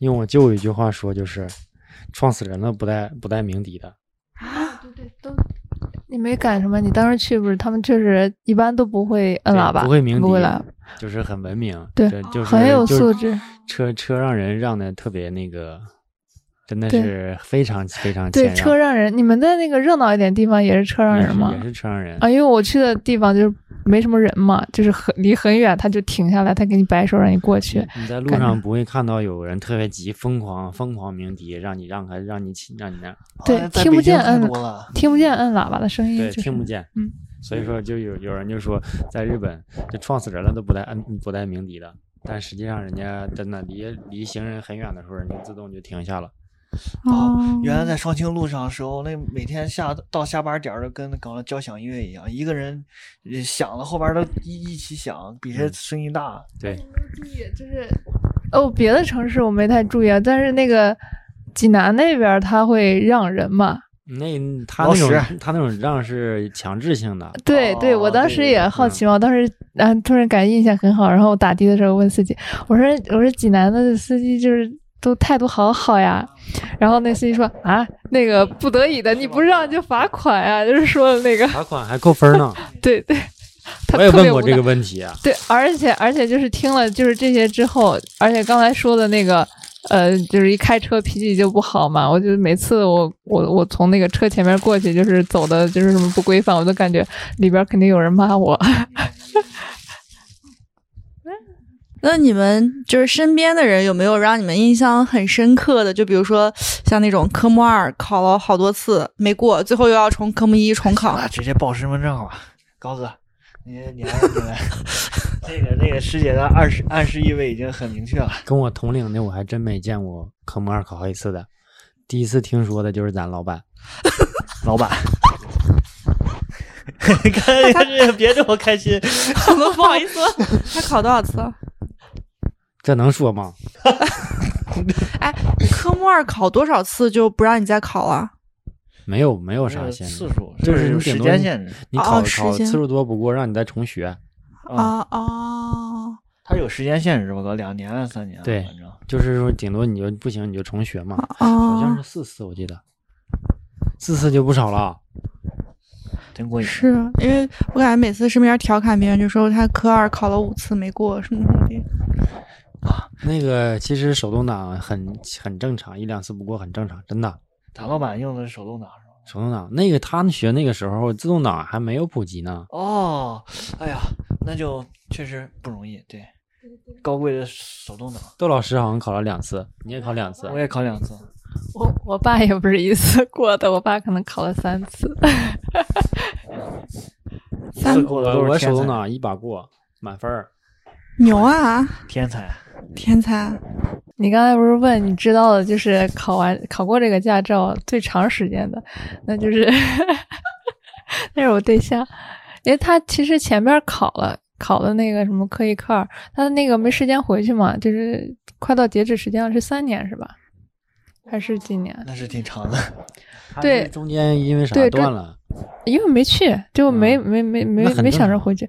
[SPEAKER 3] [SIGHS] 用我舅一句话说就是，撞死人了不带不带鸣笛的。
[SPEAKER 2] 对对都。 [LAUGHS] 你没赶什么？你当时去不是？他们确实一般都不会摁
[SPEAKER 3] 对
[SPEAKER 2] 喇叭，
[SPEAKER 3] 不会鸣笛
[SPEAKER 2] 嗯不会喇叭，
[SPEAKER 3] 就是很文明，
[SPEAKER 2] 对
[SPEAKER 3] 这就是
[SPEAKER 2] 很有
[SPEAKER 3] 就是
[SPEAKER 2] 素质。
[SPEAKER 3] 车车让人让的特别那个，真的
[SPEAKER 2] 对
[SPEAKER 3] 是非常非常
[SPEAKER 2] 对，
[SPEAKER 3] 谦让
[SPEAKER 2] 车让人，你们在那个热闹一点地方也是车让
[SPEAKER 3] 也
[SPEAKER 2] 人
[SPEAKER 3] 是
[SPEAKER 2] 吗
[SPEAKER 3] 也？是车让人
[SPEAKER 2] 啊，因为我去的地方就是没什么人嘛，就是很离很远，他就停下来，他给你摆手让你过去。
[SPEAKER 3] 你在路
[SPEAKER 2] 感觉
[SPEAKER 3] 上不会看到有人特别急，疯狂疯狂鸣笛，让你让开，让你起让你那，
[SPEAKER 1] 哦好
[SPEAKER 2] 对
[SPEAKER 1] 像在
[SPEAKER 2] 听不
[SPEAKER 1] 北京
[SPEAKER 2] 见
[SPEAKER 1] 太
[SPEAKER 2] 嗯
[SPEAKER 1] 多了。
[SPEAKER 2] 听不见摁喇叭的声音、
[SPEAKER 3] 对，
[SPEAKER 2] 就是，
[SPEAKER 3] 听不见。
[SPEAKER 2] 嗯，
[SPEAKER 3] 所以说就有有人就说，在日本就撞死人了都不带按不带鸣笛的，但实际上人家真的离离行人很远的时候，人就自动就停下了。
[SPEAKER 1] 哦，原来在双清路上的时候，那每天下到下班点儿就跟搞了交响乐一样，一个人呃响了，后边都一一起响，比
[SPEAKER 3] 嗯
[SPEAKER 1] 谁声音大。
[SPEAKER 3] 对，
[SPEAKER 2] 就是哦，别的城市我没太注意啊，但是那个济南那边儿他会让人嘛。
[SPEAKER 3] 那他
[SPEAKER 1] 老
[SPEAKER 3] 那种
[SPEAKER 1] 史
[SPEAKER 3] 他那种让是强制性
[SPEAKER 2] [LAUGHS]
[SPEAKER 3] 的，
[SPEAKER 2] 对
[SPEAKER 1] 哦
[SPEAKER 2] 对，我当
[SPEAKER 1] 对
[SPEAKER 2] 时
[SPEAKER 1] 对
[SPEAKER 2] 也
[SPEAKER 1] 对
[SPEAKER 2] 好
[SPEAKER 3] 嗯
[SPEAKER 2] 奇嘛，我当时啊突然感觉印象很好，然后我打的的时候问司机，我说我说济南的司机就是都态度好好呀，然后那司机说啊那个不得已的你不让就罚款呀，就是说的那个
[SPEAKER 3] 罚款还扣分呢。
[SPEAKER 2] 对对， [LAUGHS] 他
[SPEAKER 3] 我也
[SPEAKER 2] 特
[SPEAKER 3] 问
[SPEAKER 2] 别
[SPEAKER 3] 过
[SPEAKER 2] 无
[SPEAKER 3] 这
[SPEAKER 2] 奈
[SPEAKER 3] 个问题啊，
[SPEAKER 2] 对，而且而且就是听了就是这些之后，而且刚才说的那个，呃，就是一开车脾气就不好嘛，我就每次我我我从那个车前面过去，就是走的就是什么不规范，我都感觉里边肯定有人骂我。
[SPEAKER 4] 那你们就是身边的人有没有让你们印象很深刻的？就比如说像那种科目二考了好多次没过，最后又要从科目一
[SPEAKER 3] [LAUGHS]
[SPEAKER 4] 重考
[SPEAKER 1] 啊，。直接报身份证吧，高哥，你你来
[SPEAKER 3] [LAUGHS]
[SPEAKER 1] 你来，那个那个师姐的暗示暗示意味已经很明确了。
[SPEAKER 3] 跟我同龄的我还真没见过科目二考好几次的，第一次听说的就是咱老板。
[SPEAKER 1] 老板， [LAUGHS] 看别这么开心，
[SPEAKER 4] 好了，不好意思，他考多少次？
[SPEAKER 3] 这能说吗？
[SPEAKER 4] 哎，科目二考多少次就不让你再考了？
[SPEAKER 3] 没有，没有
[SPEAKER 1] 不
[SPEAKER 3] 啥限制
[SPEAKER 1] 次，数，
[SPEAKER 3] 就是
[SPEAKER 1] 有
[SPEAKER 3] 你
[SPEAKER 1] 时
[SPEAKER 3] 顶多
[SPEAKER 1] 间限制。
[SPEAKER 3] 你考
[SPEAKER 4] 哦时
[SPEAKER 3] 考
[SPEAKER 4] 间
[SPEAKER 3] 次数多不过，让你再重学。
[SPEAKER 1] 啊，
[SPEAKER 4] 啊哦，
[SPEAKER 1] 它有时间限制吧？哥，两年、啊三年，
[SPEAKER 3] 对
[SPEAKER 1] 反正
[SPEAKER 3] 就是说，顶多你就不行，你就重学嘛。好像
[SPEAKER 4] 哦
[SPEAKER 3] 是，四次，我记得，四次就不少了。
[SPEAKER 1] 真过瘾。
[SPEAKER 2] 啊
[SPEAKER 4] 是啊因为我感觉每次身边调侃别人就说他科二考了五次没过什么什么的。
[SPEAKER 3] 那个其实手动挡很很正常，一两次不过很正常，真的。
[SPEAKER 1] 谭老板用的是手动挡是吧？
[SPEAKER 3] 手动挡那个他学那个时候，自动挡还没有普及呢。
[SPEAKER 1] 哦，哎呀，那就确实不容易。对，高贵的手动挡，
[SPEAKER 3] 窦老师好像考了两次，你也考两次
[SPEAKER 1] 我。也考两次。
[SPEAKER 2] 我我爸也不是一次过的，我爸可能考了三次。
[SPEAKER 1] 次过的
[SPEAKER 3] 我
[SPEAKER 1] 都是
[SPEAKER 3] 我
[SPEAKER 1] 天
[SPEAKER 3] 手动
[SPEAKER 1] 才，
[SPEAKER 3] 挡一把过，满分儿。
[SPEAKER 4] 牛啊，
[SPEAKER 1] 天才。
[SPEAKER 4] 天才！
[SPEAKER 2] 你刚才不是问你知道的，就是考完考过这个驾照最长时间的，那就是 [LAUGHS] 那是我对象，因为他其实前边考了考的那个什么科一科二，他那个没时间回去嘛，就是快到截止时间了，是三年是吧？还是几年？
[SPEAKER 1] 那是挺长的，
[SPEAKER 3] 他
[SPEAKER 2] 对
[SPEAKER 3] 是中间因为啥
[SPEAKER 2] 对跟
[SPEAKER 3] 断了？
[SPEAKER 2] 因为没去，就没、
[SPEAKER 3] 嗯
[SPEAKER 2] 没没
[SPEAKER 3] 那
[SPEAKER 2] 没
[SPEAKER 3] 很
[SPEAKER 2] 没
[SPEAKER 3] 正
[SPEAKER 2] 想着
[SPEAKER 3] 常
[SPEAKER 2] 回去。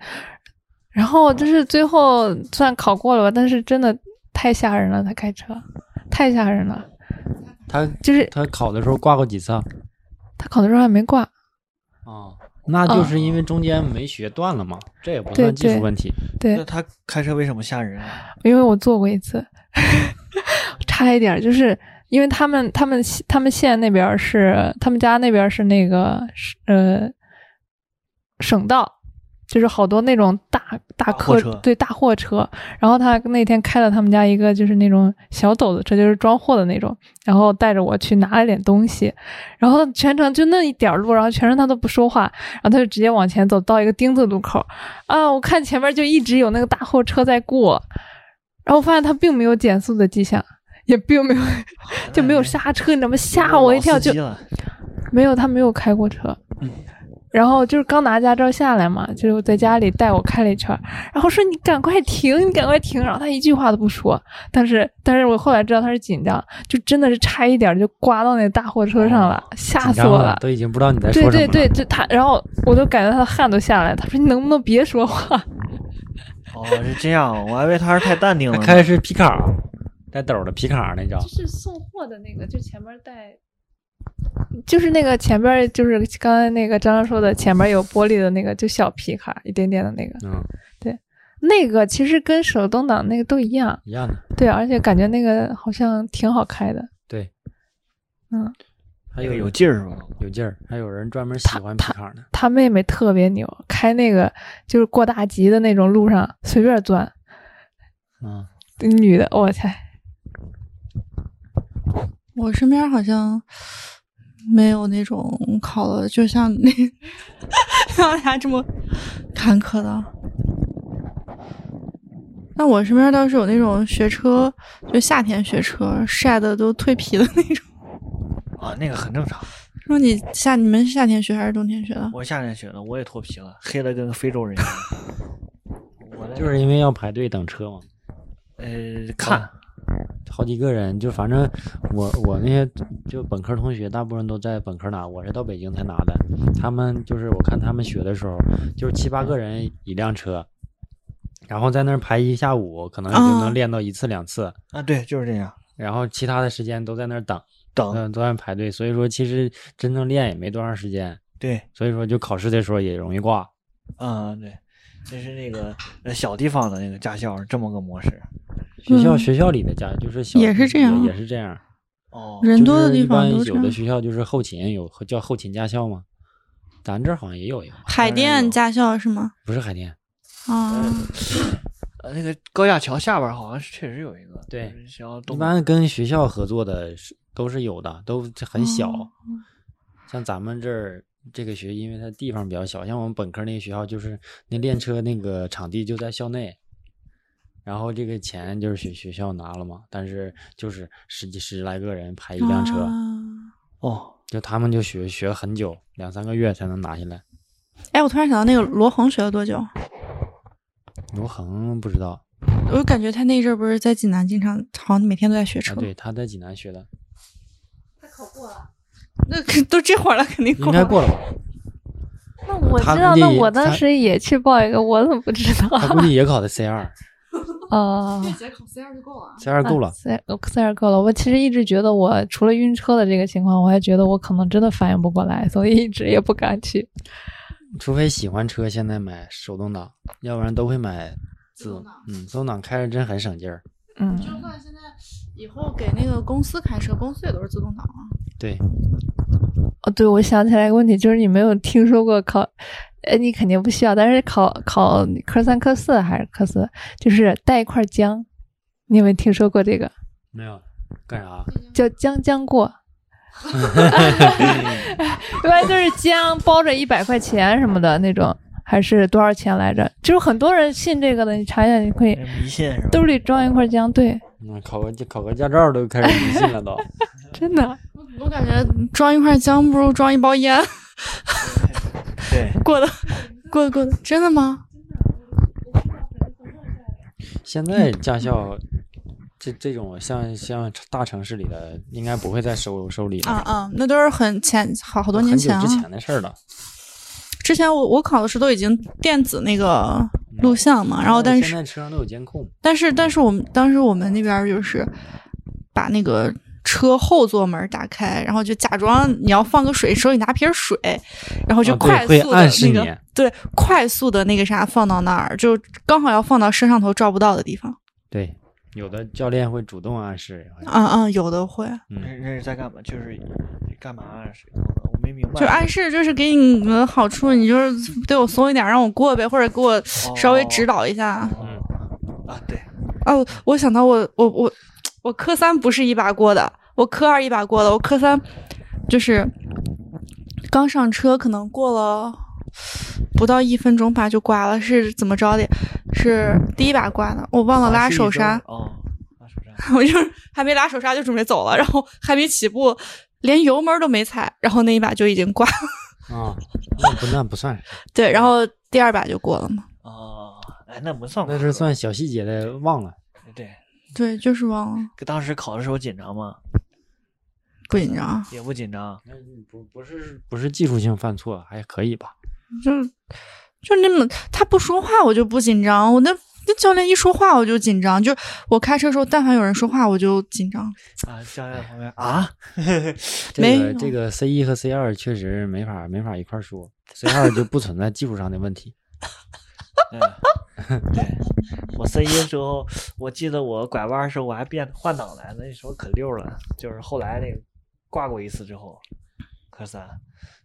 [SPEAKER 2] 然后就是最后算考过了吧，但是真的太吓人了，他开车太吓人了，
[SPEAKER 3] 他
[SPEAKER 2] 就是
[SPEAKER 3] 他考的时候挂过几次啊？
[SPEAKER 2] 他考的时候还没挂。
[SPEAKER 3] 哦，那就是因为中间没学断了嘛，这也不算
[SPEAKER 2] 对
[SPEAKER 3] 技术
[SPEAKER 2] 对
[SPEAKER 3] 问题。
[SPEAKER 1] [LAUGHS]
[SPEAKER 2] 对
[SPEAKER 1] 那，他开车为什么吓人啊？
[SPEAKER 2] 因为我做过一次， [LAUGHS] 差一点儿，就是因为他们他们他们县那边儿是他们家那边儿是那个是呃省道，就是好多那种大大
[SPEAKER 1] 货
[SPEAKER 2] 客
[SPEAKER 1] 车
[SPEAKER 2] 对大货车，然后他那天开了他们家一个就是那种小斗子车，就是装货的那种，然后带着我去拿了点东西，然后全程就那一点儿路，然后全程他都不说话，然后他就直接往前走到一个丁字路口，啊，我看前面就一直有那个大货车在过，然后我发现他并没有减速的迹象，也并没有 [LAUGHS] 就
[SPEAKER 3] 哎
[SPEAKER 2] 没有刹车，你知道吗？吓我一跳，就
[SPEAKER 1] 老司机了
[SPEAKER 2] 没有他没有开过车。
[SPEAKER 3] 嗯
[SPEAKER 2] 然后就是刚拿驾照下来嘛，就是在家里带我开了一圈儿，然后说你赶快停，你赶快停，然后他一句话都不说。但是，但是我后来知道他是紧张，就真的是差一点就刮到那大货车上了，吓
[SPEAKER 3] 哦紧
[SPEAKER 2] 死
[SPEAKER 3] 张
[SPEAKER 2] 我
[SPEAKER 3] 了，都已经不知道你在说
[SPEAKER 2] 对
[SPEAKER 3] 什么了。
[SPEAKER 2] 对对，就他，然后我都感觉他的汗都下来了。他说：“你能不能别说话
[SPEAKER 1] 哦，是这样，我还以为他是太淡定了
[SPEAKER 3] 他
[SPEAKER 2] 嗯
[SPEAKER 1] 呢。
[SPEAKER 3] 开的是皮卡，带斗的皮卡那种？”
[SPEAKER 2] 是送货的那个，就前面带，就是那个前边就是刚才那个张张说的，前面有玻璃的那个，就小皮卡一点点的那个，
[SPEAKER 3] 嗯，
[SPEAKER 2] 那个其实跟手动挡那个都一样，
[SPEAKER 3] 一样的。
[SPEAKER 2] 对，而且感觉那个好像挺好开的。
[SPEAKER 3] 对，
[SPEAKER 2] 嗯，
[SPEAKER 3] 还
[SPEAKER 1] 还
[SPEAKER 3] 有
[SPEAKER 1] 有
[SPEAKER 3] 有
[SPEAKER 1] 有劲儿是吧？
[SPEAKER 3] 有劲儿，还有人专门喜欢皮卡呢。
[SPEAKER 2] 他妹妹特别牛，开那个就是过大吉的那种路上随便钻，
[SPEAKER 3] 嗯，
[SPEAKER 2] 女的，我天，
[SPEAKER 4] 我身边好像没有那种考了，就像那 [LAUGHS] 像他这么坎坷的。那我身边倒是有那种学车，就夏天学车晒的都蜕皮的那种。
[SPEAKER 1] 啊，那个很正常。
[SPEAKER 4] 说你夏你们是夏天学还是冬天学的？
[SPEAKER 1] 我夏天学的，我也脱皮了，黑的跟个非洲人一样。 [LAUGHS] 我
[SPEAKER 3] 就
[SPEAKER 1] 就是
[SPEAKER 3] 因为要排队等车嘛，
[SPEAKER 1] 呃看，
[SPEAKER 3] 好几个人，就反正我我那些就本科同学，大部分都在本科拿，我是到北京才拿的。他们就是我看他们学的时候，就是七八个人一辆车，然后在那儿排一下午，可能也
[SPEAKER 2] 哦
[SPEAKER 3] 就
[SPEAKER 4] 啊
[SPEAKER 3] 能练到一次两次，
[SPEAKER 1] 啊，对，就是这样。
[SPEAKER 3] 然后其他的时间都在那儿等，
[SPEAKER 1] 等，
[SPEAKER 3] 嗯，都在排队。所以说，其实真正练也没多长时间，
[SPEAKER 1] 对，
[SPEAKER 3] 所以说就考试的时候也容易挂。
[SPEAKER 1] 啊、对，这是那个呃小地方的那个驾校是这么个模式。
[SPEAKER 3] 学校
[SPEAKER 4] 嗯
[SPEAKER 3] 学校里的家就是小
[SPEAKER 4] 也是这样啊
[SPEAKER 3] 也也是这样。
[SPEAKER 1] 哦，
[SPEAKER 4] 人多的
[SPEAKER 3] 就是
[SPEAKER 4] 地方
[SPEAKER 3] 一般
[SPEAKER 4] 都这
[SPEAKER 3] 有
[SPEAKER 4] 样
[SPEAKER 3] 的。学校就是后勤有叫后勤驾校吗？咱这儿好像也有一个，
[SPEAKER 1] 当然
[SPEAKER 4] 海
[SPEAKER 1] 有
[SPEAKER 4] 淀驾校是吗？
[SPEAKER 3] 不是海淀，
[SPEAKER 4] 啊，
[SPEAKER 1] 呃，那个高架桥下边儿好像是确实有一个，
[SPEAKER 3] 对，
[SPEAKER 1] 然后
[SPEAKER 3] 一
[SPEAKER 1] 东
[SPEAKER 3] 般跟学校合作的是都是有的，都很小。
[SPEAKER 4] 哦
[SPEAKER 3] 像咱们这儿这个学，因为它地方比较小，像我们本科那个学校，就是那练车那个场地就在校内，然后这个钱就是学学校拿了嘛，但是就是十几十来个人排一辆车，
[SPEAKER 4] 啊
[SPEAKER 1] 哦，
[SPEAKER 3] 就他们就学学很久，两三个月才能拿下来。
[SPEAKER 4] 哎，我突然想到那个罗恒学了多久？
[SPEAKER 3] 罗恒不知道啊
[SPEAKER 4] 我感觉他那阵儿不是在济南，经常好像每天都在学
[SPEAKER 3] 啊，
[SPEAKER 4] 车。
[SPEAKER 3] 对，他在济南学的，
[SPEAKER 4] [LAUGHS] 那可都这会儿了，肯定
[SPEAKER 3] 应该
[SPEAKER 4] 了。
[SPEAKER 3] 过了
[SPEAKER 4] [LAUGHS]
[SPEAKER 3] 吧？
[SPEAKER 2] 那我
[SPEAKER 3] 他
[SPEAKER 2] 知道，
[SPEAKER 3] 估计
[SPEAKER 2] 那
[SPEAKER 3] 也
[SPEAKER 2] 我当
[SPEAKER 3] 他
[SPEAKER 2] 时也去报一个，我怎么不知道？
[SPEAKER 3] 他估计也考的 C 二
[SPEAKER 2] 啊，
[SPEAKER 3] ，C 二够了。
[SPEAKER 2] 塞塞尔呃够了。我其实一直觉得，我除了晕车的这个情况，我还觉得我可能真的反应不过来，所以一直也不敢去。
[SPEAKER 3] 除非喜欢车，现在买手动挡，要不然都会买自动。嗯，手动挡开着真很省劲儿。
[SPEAKER 2] 嗯，
[SPEAKER 4] 就算现在以后给那个公司开车，公司也都是自动挡啊。
[SPEAKER 3] 对，
[SPEAKER 2] 哦，对，我想起来一个问题，就是你没有听说过考，呃，你肯定不需要，但是考考科三、科四还是科四，就是带一块姜，你有没有听说过这个？
[SPEAKER 3] 没有干啥？
[SPEAKER 2] 叫将
[SPEAKER 3] [LAUGHS]
[SPEAKER 2] 将过。一般就是姜包着一百块钱什么的那种，还是多少钱来着？就是很多人信这个的，你查一下，你可以
[SPEAKER 1] 那是迷信是吧？
[SPEAKER 2] 兜里装一块姜，对，
[SPEAKER 3] 嗯，考个考个驾照都开始迷信了
[SPEAKER 4] [LAUGHS]
[SPEAKER 3] 都。
[SPEAKER 2] 真的
[SPEAKER 4] 我感觉装一块姜不如装一包烟，
[SPEAKER 1] 对，
[SPEAKER 4] 过
[SPEAKER 3] [LAUGHS]
[SPEAKER 4] 得过得过得，真的吗？
[SPEAKER 3] 现在驾校这这种像像大城市里的，应该不会再收收礼了。
[SPEAKER 4] 啊啊，那都是很前好好多年
[SPEAKER 3] 很久
[SPEAKER 4] 前了、啊
[SPEAKER 3] 之前的事儿了。
[SPEAKER 4] 之前我我考的时候都已经电子那个录像嘛，啊然后但是
[SPEAKER 3] 嗯现在车上都有监控，
[SPEAKER 4] 但是但是我们当时我们那边儿就是把那个车后座门打开，然后就假装你要放个水，手里拿瓶水，然后就
[SPEAKER 3] 啊对
[SPEAKER 4] 快
[SPEAKER 3] 会
[SPEAKER 4] 速的
[SPEAKER 3] 暗示
[SPEAKER 4] 那个、
[SPEAKER 3] 你
[SPEAKER 4] 对快速的那个啥放到那儿，就刚好要放到摄像头照不到的地方。
[SPEAKER 3] 对，有的教练会主动暗示。好像
[SPEAKER 4] 嗯嗯，有的会
[SPEAKER 1] 那
[SPEAKER 3] 嗯，
[SPEAKER 1] 那是在干嘛？就是干嘛啊？是我没明白。
[SPEAKER 4] 就暗示，就是给你个好处，你就是对我松一点，让我过呗，或者给
[SPEAKER 3] 哦
[SPEAKER 4] 我稍微指导一下。
[SPEAKER 1] 哦。啊，对，
[SPEAKER 4] 哦，我想到我我我我科三不是一把过的，我科二一把过的，我科三就是刚上车，可能过了不到一分钟吧就挂了，是怎么着的？是第一把挂的，我忘了拉手刹，
[SPEAKER 1] 哦，拉手刹。
[SPEAKER 4] [LAUGHS] 我就是还没拉手刹就准备走了，然后还没起步，连油门都没踩，然后那一把就已经挂了， [LAUGHS]
[SPEAKER 3] 啊，那不那不算，
[SPEAKER 4] 对，然后第二把就过了嘛，
[SPEAKER 1] 哦，哎，那不算挂
[SPEAKER 3] 那
[SPEAKER 1] 科，
[SPEAKER 3] 是算小细节的，忘了。
[SPEAKER 1] 对。
[SPEAKER 4] 对，就是忘了，
[SPEAKER 1] 当时考的时候紧张吗？
[SPEAKER 4] 不紧张，啊
[SPEAKER 1] 也不紧张。
[SPEAKER 3] 那不不是不是技术性犯错，还可以吧？
[SPEAKER 4] 就是就那么他不说话，我就不紧张。我那那教练一说话，我就紧张。就我开车时候，但凡有人说话，我就紧张。
[SPEAKER 1] 啊，教练旁边啊，
[SPEAKER 3] 这
[SPEAKER 4] 没
[SPEAKER 3] 个
[SPEAKER 4] 有
[SPEAKER 3] 这个 C 一和 C 二确实没法没法一块儿说，C 二就不存在技术上的问
[SPEAKER 1] [LAUGHS]
[SPEAKER 3] 题。
[SPEAKER 1] 嗯，对，我 C 一时候，我记得我拐弯的时候我还变换挡来，那时候可溜了。就是后来那个挂过一次之后，科三，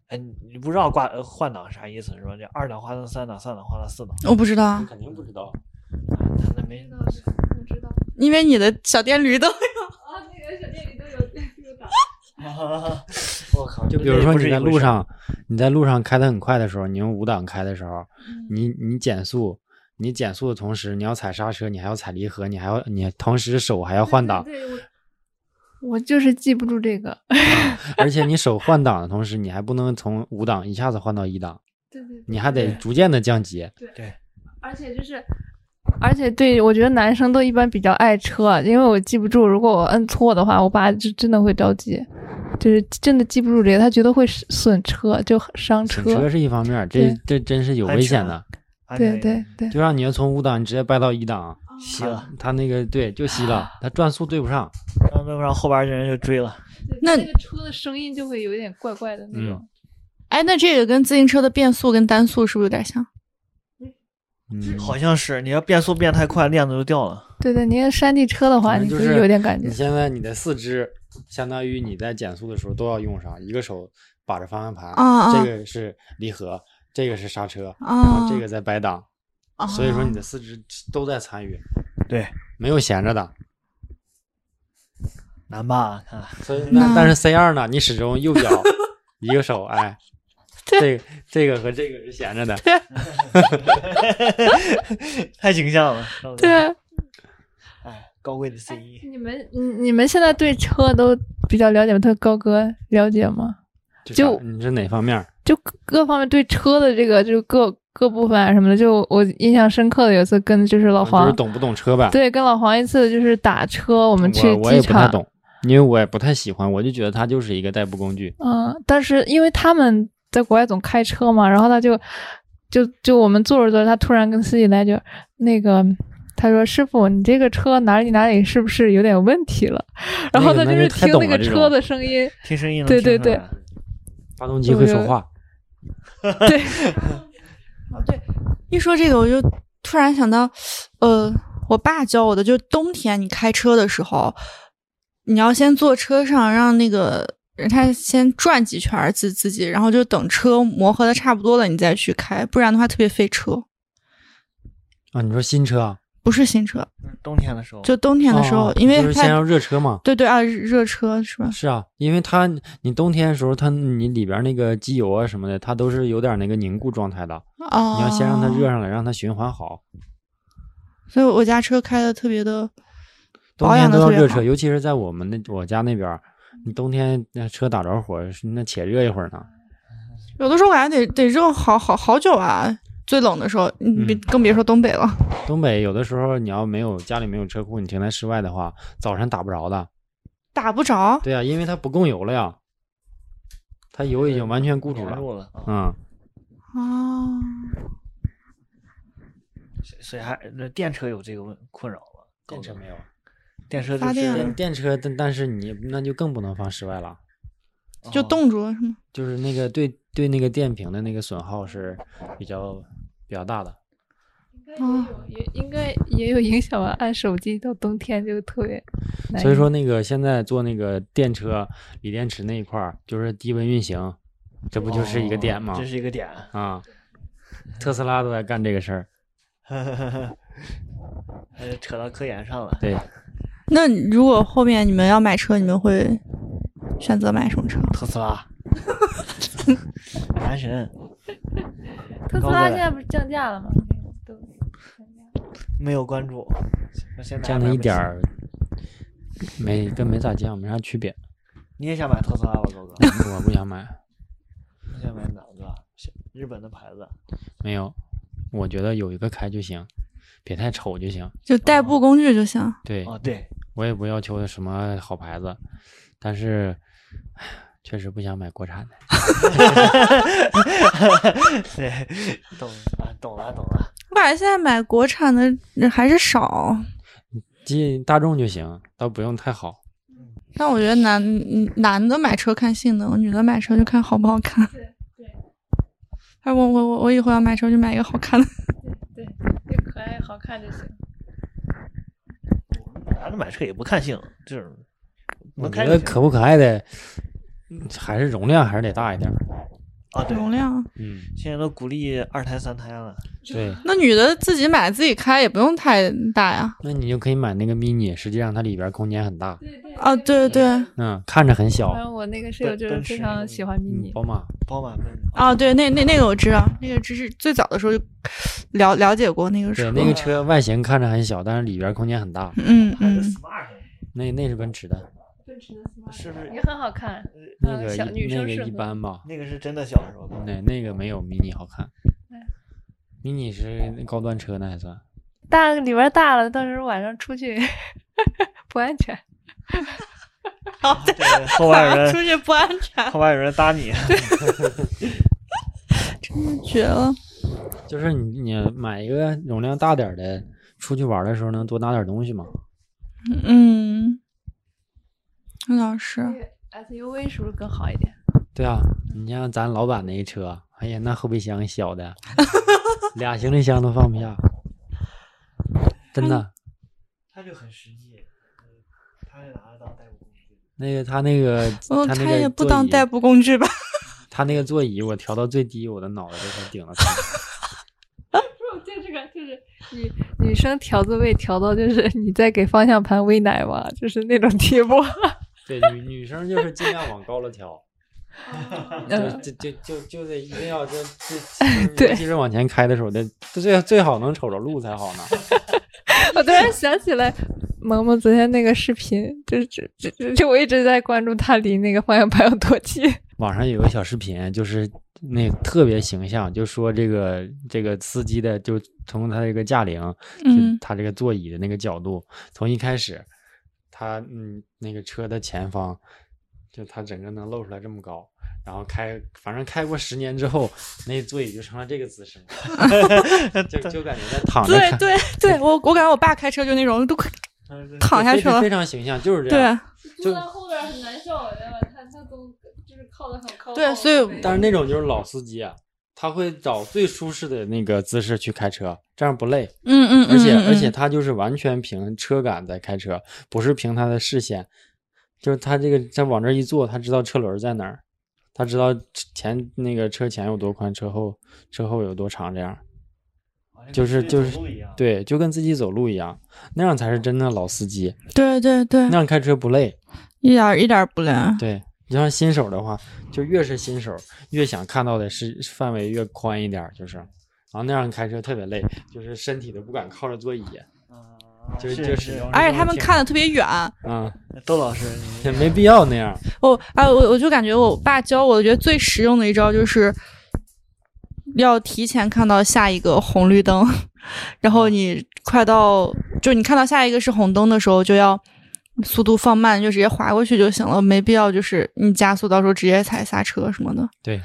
[SPEAKER 1] 哎，你你不知道挂呃换挡啥意思是吧？这二档换成三档，三档换成四档，
[SPEAKER 4] 我不知道，
[SPEAKER 3] 肯哦定不知道，
[SPEAKER 1] 那那没
[SPEAKER 4] 因
[SPEAKER 2] 哦
[SPEAKER 4] [LAUGHS] 为你的小电驴都
[SPEAKER 1] 啊，我靠，
[SPEAKER 3] 就比如说
[SPEAKER 1] 不
[SPEAKER 3] 你
[SPEAKER 1] 是
[SPEAKER 3] 在
[SPEAKER 1] 一回
[SPEAKER 3] 路
[SPEAKER 1] 事儿
[SPEAKER 3] 上，你在路上开的很快的时候，你用五档开的时候，
[SPEAKER 2] 嗯
[SPEAKER 3] 你你减速，你减速的同时，你要踩刹车，你还要踩离合，你还要你同时手还要换挡，
[SPEAKER 2] 对对对我我就是记不住这个。
[SPEAKER 3] 而且你手换挡的同时，你还不能从五档一下子换到一档，
[SPEAKER 2] 对对
[SPEAKER 3] 你还得
[SPEAKER 1] 对
[SPEAKER 3] 逐渐的降级。
[SPEAKER 2] 而且就是，而且对我觉得男生都一般比较爱车，啊因为我记不住，如果我摁错的话，我爸就真的会着急，就是真的记不住这个，他觉得会损损车，就伤
[SPEAKER 3] 停
[SPEAKER 2] 车。
[SPEAKER 3] 车是一方面儿，这这真是有
[SPEAKER 1] 安
[SPEAKER 3] 危
[SPEAKER 1] 全
[SPEAKER 3] 险的，
[SPEAKER 1] 安全
[SPEAKER 2] 对
[SPEAKER 1] 啊也
[SPEAKER 2] 对对，
[SPEAKER 3] 就让你要从五档你直接掰到一档，
[SPEAKER 1] 吸了，
[SPEAKER 3] 它那个对就吸了，它转速对不上。
[SPEAKER 1] 然后让后边儿人就追了。
[SPEAKER 4] 那
[SPEAKER 2] 个车的声音就会有点怪怪的
[SPEAKER 3] 那种。
[SPEAKER 4] 哎，那这个跟自行车的变速跟单速是不是有点像？
[SPEAKER 3] 嗯，
[SPEAKER 1] 好像是你要变速变太快，链子就掉了。
[SPEAKER 2] 对对，你要山地车的话，
[SPEAKER 3] 反正
[SPEAKER 2] 你
[SPEAKER 3] 就
[SPEAKER 2] 会
[SPEAKER 3] 是
[SPEAKER 2] 有点感觉
[SPEAKER 3] 你。现在你的四肢，相当于你在减速的时候都要用上，一个手把着方向盘，
[SPEAKER 4] 啊啊
[SPEAKER 3] 这个是离合，这个是刹车，然
[SPEAKER 4] 啊
[SPEAKER 3] 后这个在摆档，
[SPEAKER 2] 啊
[SPEAKER 3] 所以说你的四肢都在参与，
[SPEAKER 1] 对，
[SPEAKER 3] 没有闲着的。
[SPEAKER 1] 难吧？看，
[SPEAKER 3] 所以那
[SPEAKER 4] 那
[SPEAKER 3] 但是 C 二呢，你始终右
[SPEAKER 2] [LAUGHS]
[SPEAKER 3] 脚一个手哎。这个、这个和这个是闲着的，
[SPEAKER 1] 太形象
[SPEAKER 2] [LAUGHS]
[SPEAKER 1] 了。上次，
[SPEAKER 2] 对，啊
[SPEAKER 1] 哎，高贵的 C 一，
[SPEAKER 2] 你们你你们现在对车都比较了解吗？对高哥了解吗？
[SPEAKER 3] 就
[SPEAKER 2] 就
[SPEAKER 3] 啥你是哪方面儿？
[SPEAKER 2] 就各各方面对车的这个就各各部分啊什么的，就我印象深刻的有一次跟就是老
[SPEAKER 3] 嗯就
[SPEAKER 2] 黄，
[SPEAKER 3] 是懂不懂车吧？
[SPEAKER 2] 对，跟老黄一次就是打车，我
[SPEAKER 3] 我
[SPEAKER 2] 们去
[SPEAKER 3] 我
[SPEAKER 2] 机
[SPEAKER 3] 也不太
[SPEAKER 2] 场，
[SPEAKER 3] 懂，因为我也不太喜欢，我就觉得它就是一个代步工具。
[SPEAKER 2] 嗯，但是因为他们在国外总开车嘛，然后他就就就我们坐着坐着，他突然跟司机来句儿那个。他说：“师傅，你这个车哪里哪里是不是有点问题了？”然后
[SPEAKER 3] 那个
[SPEAKER 2] 他就是
[SPEAKER 3] 那就太
[SPEAKER 2] 听
[SPEAKER 3] 懂
[SPEAKER 2] 那
[SPEAKER 3] 了
[SPEAKER 2] 个
[SPEAKER 3] 这
[SPEAKER 2] 车
[SPEAKER 3] 种
[SPEAKER 2] 的声音，
[SPEAKER 1] 听声音能
[SPEAKER 2] 对
[SPEAKER 1] 听
[SPEAKER 2] 对
[SPEAKER 1] 出
[SPEAKER 2] 对
[SPEAKER 1] 来
[SPEAKER 3] 发动机会说话，
[SPEAKER 2] 对，
[SPEAKER 4] 一说这个，我就突然想到，呃，我爸教我的，就是冬天你开车的时候，你要先坐车上，让那个人他先转几圈儿自自己，然后就等车磨合的差不多了，你再去开，不然的话特别费车。
[SPEAKER 3] 啊，你说新车啊？
[SPEAKER 4] 不是新车，
[SPEAKER 1] 冬天的时候，
[SPEAKER 4] 就冬天的时候，
[SPEAKER 3] 哦
[SPEAKER 4] 因
[SPEAKER 3] 就
[SPEAKER 4] 为
[SPEAKER 3] 是先
[SPEAKER 4] 它
[SPEAKER 3] 要热车嘛。
[SPEAKER 4] 对对啊，热车是吧？
[SPEAKER 3] 是啊，因为它你冬天的时候，它你里边那个机油啊什么的，它都是有点那个凝固状态的，
[SPEAKER 4] 啊，
[SPEAKER 3] 你要先让它热上来，让它循环好。
[SPEAKER 4] 所以我家车开的特别的
[SPEAKER 3] 冬
[SPEAKER 4] 保养
[SPEAKER 3] 天
[SPEAKER 4] 的
[SPEAKER 3] 都
[SPEAKER 4] 特
[SPEAKER 3] 要
[SPEAKER 4] 别
[SPEAKER 3] 热
[SPEAKER 4] 好
[SPEAKER 3] 车，尤其是在我们那我家那边儿，你冬天那车打着火，那且热一会儿呢。
[SPEAKER 4] 有的时候我感觉得得热好好好久啊，最冷的时候，你别、
[SPEAKER 3] 嗯
[SPEAKER 4] 更别说东北了。
[SPEAKER 3] 东北有的时候你要没有家里没有车库，你停在室外的话，早晨打不着的。
[SPEAKER 4] 打不着，哦
[SPEAKER 3] 对啊，因为它不供油了呀，它油已经完全固住
[SPEAKER 1] 粘
[SPEAKER 3] 了。
[SPEAKER 1] 住了啊。
[SPEAKER 3] 嗯，
[SPEAKER 4] 哦，
[SPEAKER 1] 所以所以还那电车有这个问困扰吗？
[SPEAKER 3] 电车没有，
[SPEAKER 1] 电车就
[SPEAKER 4] 发电
[SPEAKER 1] 是
[SPEAKER 3] 嗯电电车，但但是你那就更不能放室外了。
[SPEAKER 4] 就
[SPEAKER 1] 哦
[SPEAKER 4] 冻住了是吗？
[SPEAKER 3] 就是那个对对那个电瓶的那个损耗是比较比较大的。
[SPEAKER 4] 哦，
[SPEAKER 2] 也应该也有影响吧。按手机到冬天就特别难
[SPEAKER 3] 所以说那个现在做那个电车锂电池那一块儿，就是低温运行，这不就是一个点吗
[SPEAKER 1] 哦？这是一
[SPEAKER 3] [LAUGHS]
[SPEAKER 1] 个点。
[SPEAKER 3] 啊、特斯拉都在干这个事儿。
[SPEAKER 1] 呃，扯到科研上了。
[SPEAKER 3] 对，
[SPEAKER 4] 那如果后面你们要买车，你们会选择买什么车？
[SPEAKER 1] 特斯拉，男神
[SPEAKER 2] 特斯拉现在不是降价了吗？都
[SPEAKER 1] 没有关注，现在
[SPEAKER 3] 降了一点儿，没跟没咋降，没啥区别。
[SPEAKER 1] 你也想买特斯拉吧，狗哥？
[SPEAKER 3] 我不想买，
[SPEAKER 1] 你想买哪个？日本的牌子？
[SPEAKER 3] 没有，我觉得有一个开就行，别太丑就行。
[SPEAKER 4] 就代步工具就行。
[SPEAKER 3] 对，
[SPEAKER 1] 哦，对，
[SPEAKER 3] 我也不要求什么好牌子，但是唉确实不想买国产的。
[SPEAKER 1] 对， [LAUGHS] 懂了，懂了，懂了。
[SPEAKER 4] 我感觉现在买国产的还是少，
[SPEAKER 3] 进大众就行，倒不用太好。
[SPEAKER 4] 但我觉得男嗯男的买车看性能，女的买车就看好不好看。对
[SPEAKER 2] 对。
[SPEAKER 4] 哎，我我我我以后要买车就买一个好看的。
[SPEAKER 2] 对，就可爱好看就行。
[SPEAKER 1] 男的买车也不看性，就是
[SPEAKER 3] 我
[SPEAKER 1] 能
[SPEAKER 3] 觉
[SPEAKER 1] 开
[SPEAKER 3] 得
[SPEAKER 1] 就行
[SPEAKER 3] 可不可爱的，嗯还是容量还是得大一点儿。
[SPEAKER 1] 啊，对，
[SPEAKER 4] 容量
[SPEAKER 3] 嗯，
[SPEAKER 1] 现在都鼓励二胎、三胎了。
[SPEAKER 3] 对，
[SPEAKER 4] 那女的自己买自己开也不用太大呀。
[SPEAKER 3] 那你就可以买那个 mini，实际上它里边空间很大，
[SPEAKER 4] 啊，对对对，
[SPEAKER 3] 嗯，看着很小
[SPEAKER 2] 反，正我那个室友就是非常喜欢迷
[SPEAKER 3] 嗯，
[SPEAKER 2] 你，
[SPEAKER 3] 宝马，
[SPEAKER 1] 宝马奔
[SPEAKER 4] 啊，对，那那那个我知道，那个知识最早的时候就了了解过那个
[SPEAKER 3] 对，
[SPEAKER 4] 车。
[SPEAKER 3] 那个车外形看着很小，但是里边空间很大，
[SPEAKER 4] 嗯
[SPEAKER 3] [LAUGHS]
[SPEAKER 4] 嗯，
[SPEAKER 1] ，smart
[SPEAKER 3] 那那是奔驰的，
[SPEAKER 1] 是不是
[SPEAKER 2] 也很好看。
[SPEAKER 3] 那
[SPEAKER 2] 嗯
[SPEAKER 3] 个一
[SPEAKER 2] 小女生
[SPEAKER 3] 那
[SPEAKER 2] 适
[SPEAKER 3] 个
[SPEAKER 2] 合
[SPEAKER 3] 一般吧，
[SPEAKER 1] 那个是真的小是吧？
[SPEAKER 3] 那那个没有 mini 好看
[SPEAKER 2] 对
[SPEAKER 3] ，mini 是高端车呢还算，
[SPEAKER 2] 大里边大了，到时候晚上出去 [LAUGHS] 不安全。
[SPEAKER 1] 这个后边有人，
[SPEAKER 4] [LAUGHS] 出去不安全，
[SPEAKER 1] 后边有人搭你， [LAUGHS]
[SPEAKER 4] 绝了。
[SPEAKER 3] 就是你你买一个容量大点儿的，出去玩的时候能多拿点东西嘛，
[SPEAKER 4] 嗯，那倒是。
[SPEAKER 2] SUV 是不是更好一点？
[SPEAKER 3] 对啊，
[SPEAKER 4] 嗯
[SPEAKER 3] 你像咱老板那一车，哎呀，那后备箱小
[SPEAKER 4] [LAUGHS]
[SPEAKER 3] 的，俩行李箱都放不下，真
[SPEAKER 4] 哎
[SPEAKER 3] 的。
[SPEAKER 1] 他就很实际，呃他就拿着当代步工具。
[SPEAKER 3] 那个他那
[SPEAKER 4] [LAUGHS]
[SPEAKER 3] 个，
[SPEAKER 4] 我
[SPEAKER 3] 他那
[SPEAKER 4] 嗯开
[SPEAKER 3] 个
[SPEAKER 4] 哦也不
[SPEAKER 3] 座
[SPEAKER 4] 当
[SPEAKER 3] 椅
[SPEAKER 4] 代步
[SPEAKER 3] [LAUGHS]
[SPEAKER 4] 工具吧。
[SPEAKER 3] 他那个座椅我调到最低，我的脑袋都快顶
[SPEAKER 4] [LAUGHS]
[SPEAKER 3] 了它。
[SPEAKER 2] 就这个，就是你女生调座位调到就是你在给方向盘喂奶嘛，就是那种地步。
[SPEAKER 3] [LAUGHS] 对，女女生就是尽量往高了调，就
[SPEAKER 2] 嗯，
[SPEAKER 3] 就就就就得一定要就 [LAUGHS] 就
[SPEAKER 2] 对
[SPEAKER 3] 尤其是往前开的时候，得最最好能瞅着路才好呢。
[SPEAKER 2] 我突然想起来，萌萌昨天那个视频，就是这这这，就我一直在关注她离那个方向盘有多近。
[SPEAKER 3] [LAUGHS]
[SPEAKER 2] [LAUGHS]
[SPEAKER 3] 网上有个小视频，就是那特别形象，就说这个这个司机的，就从他这个驾龄，就
[SPEAKER 4] 嗯
[SPEAKER 3] 他这个座椅的那个角度，从一开始，他嗯那个车的前方，就他整个能露出来这么高，然后开，反正开过十年之后，那座椅就成了这个姿势
[SPEAKER 4] [LAUGHS]
[SPEAKER 3] 了， [LAUGHS] 就就感觉在躺着
[SPEAKER 4] 对
[SPEAKER 3] 看， [LAUGHS]
[SPEAKER 4] 对对，我我感觉我爸开车就那种都快躺下
[SPEAKER 3] 非
[SPEAKER 4] 去了
[SPEAKER 3] 非。常形象，就是这样。
[SPEAKER 4] 对
[SPEAKER 3] 就
[SPEAKER 2] 后边很难受，对吧？她她都就是靠的很靠
[SPEAKER 4] 对，所以
[SPEAKER 3] 但是那种就是老司机啊，他会找最舒适的那个姿势去开车，这样不累。
[SPEAKER 4] 嗯嗯，
[SPEAKER 3] 而且
[SPEAKER 4] 嗯
[SPEAKER 3] 而且
[SPEAKER 4] 嗯
[SPEAKER 3] 他就是完全凭车感在开车，不是凭他的视线，就是他这个他往这一坐，他知道车轮在哪儿，他知道前那个车前有多宽，车后车后有多长，这样就是就是对，就跟自己走路一样，那样才是真的老司机，
[SPEAKER 4] 对对对
[SPEAKER 3] 那，样开车不累。
[SPEAKER 4] 一点儿一点儿不累。
[SPEAKER 3] [LAUGHS] 对你像新手的话，就越是新手，越想看到的是范围越宽一点儿，就是，然后那样开车特别累，就是身体都不敢靠着座椅，
[SPEAKER 1] 啊
[SPEAKER 3] 就就是
[SPEAKER 1] 是
[SPEAKER 3] 用
[SPEAKER 4] 而且他们看的特别远，
[SPEAKER 3] 啊、
[SPEAKER 1] 窦老师，
[SPEAKER 3] 也 [LAUGHS] 没必要那样。
[SPEAKER 4] 我哎我我就感觉我爸教我，觉得最实用的一招就是要提前看到下一个红绿灯，然
[SPEAKER 3] 嗯
[SPEAKER 4] 后你快到就你看到下一个是红灯的时候，就要速度放慢，就直接划过去就行了，没必要就是你加速，到时候直接踩刹车什么的。
[SPEAKER 3] 对，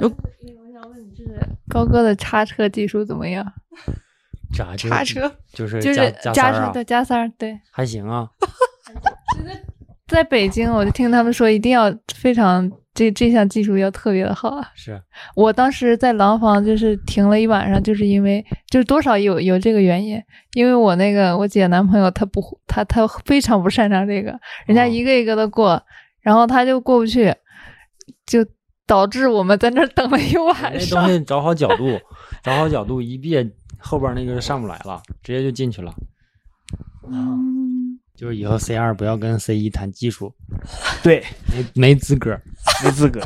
[SPEAKER 4] 有
[SPEAKER 2] 我想问你，就是高哥的叉车技术怎么样？
[SPEAKER 3] 啥就
[SPEAKER 4] 刹
[SPEAKER 3] 是
[SPEAKER 4] 车
[SPEAKER 3] 就是
[SPEAKER 2] 就是
[SPEAKER 3] 加
[SPEAKER 2] 加
[SPEAKER 3] 塞儿
[SPEAKER 2] 上
[SPEAKER 3] 啊，
[SPEAKER 2] 对加塞儿，对。
[SPEAKER 3] 还行啊。
[SPEAKER 2] 在北京，我就听他们说一定要非常这这项技术要特别的好啊！
[SPEAKER 3] 是
[SPEAKER 2] [LAUGHS] 我当时在廊坊就是停了一晚上，就是因为就是多少有有这个原因，因为我那个我姐男朋友他不他他非常不擅长这个，人家
[SPEAKER 3] 哦
[SPEAKER 2] 一个一个的过，然后他就过不去，就导致我们在那儿等了一晚
[SPEAKER 3] 那
[SPEAKER 2] 上
[SPEAKER 3] 东。西找好角度，找好角度一别，后边那个就上不来了，直接就进去了。
[SPEAKER 2] 嗯
[SPEAKER 3] 就是以后 C 二不要跟 C 一谈技术，
[SPEAKER 1] 对，
[SPEAKER 3] 没没资格。
[SPEAKER 1] 没资格。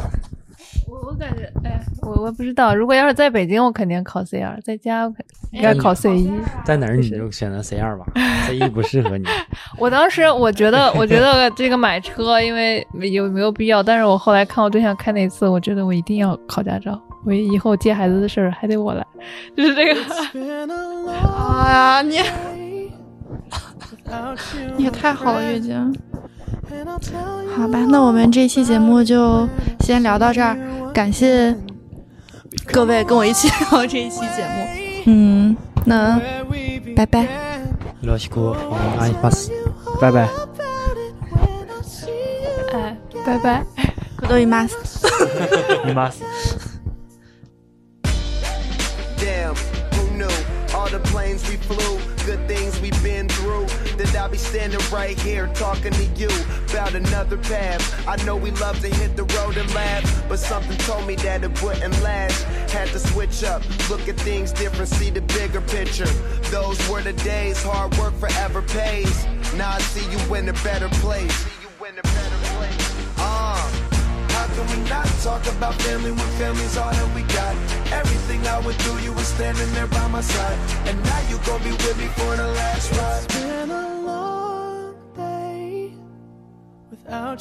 [SPEAKER 2] 我我感觉，哎，我我不知道，如果要是在北京，我肯定考 C 二，在家我肯应该哎考 C 啊一。
[SPEAKER 3] 在哪儿你就选择 C
[SPEAKER 2] [LAUGHS]
[SPEAKER 3] 二吧，C 一不适合你。
[SPEAKER 2] 我当时我觉得，我觉得这个买车，因为有没有必要？但是我后来看我对象开那次，我觉得我一定要考驾照，我以后接孩子的事儿还得我来，就是这个。
[SPEAKER 4] [LAUGHS] 哎呀，你你也太好了，月姐。好吧，那我们这期节目就先聊到这儿，感谢各位跟我一起 [LAUGHS] 聊这一期节目。嗯，那拜拜。
[SPEAKER 3] よろしくお願いします。
[SPEAKER 1] [LAUGHS] 拜拜。
[SPEAKER 2] 哎，拜拜。
[SPEAKER 4] 可多伊玛斯。
[SPEAKER 1] 你妈。
[SPEAKER 5] Damn, who knew? All the planes we flew, good things we've been through. that I'll be standing right here talking to you about another path. I know we love to hit the road and laugh, but something told me that it wouldn't last. Had to switch up, look at things different, see the bigger picture. Those were the days, hard work forever pays. Now I see you in a better place. See you in a better place. Uh. How can we not talk about family when family's all that we got? Everything I would do, you were standing there by my side. And now you gon' be with me for the last ride. It's been a long day without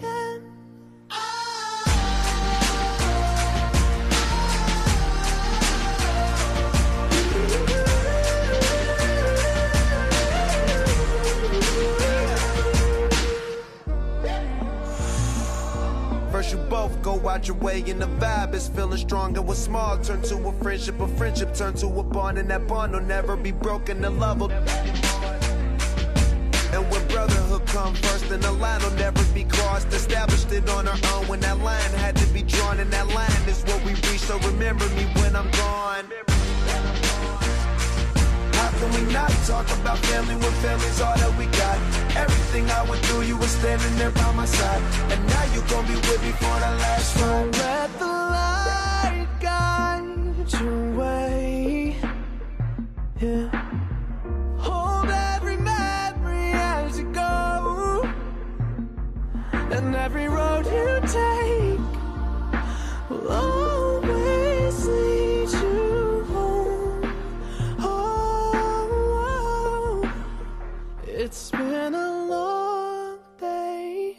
[SPEAKER 5] again. Ah. First, you both go out your way, and the vibe is feeling strong. And what's small turn to a friendship, a friendship turn to a bond, and that bond will never be broken. The love will. And when brotherhood come first, then the line will never be crossed. Established it on our own when that line had to be drawn, and that line is what we reach. So remember me when I'm gone. How can we not talk about family when family's all that we got? Everything I went through, you were standing there by my side. And now you gon' be with me for the last ride. Let the light guide your way. Yeah. Hold every memory as you go. And every road you take will always lead you home. Oh, it's been a long day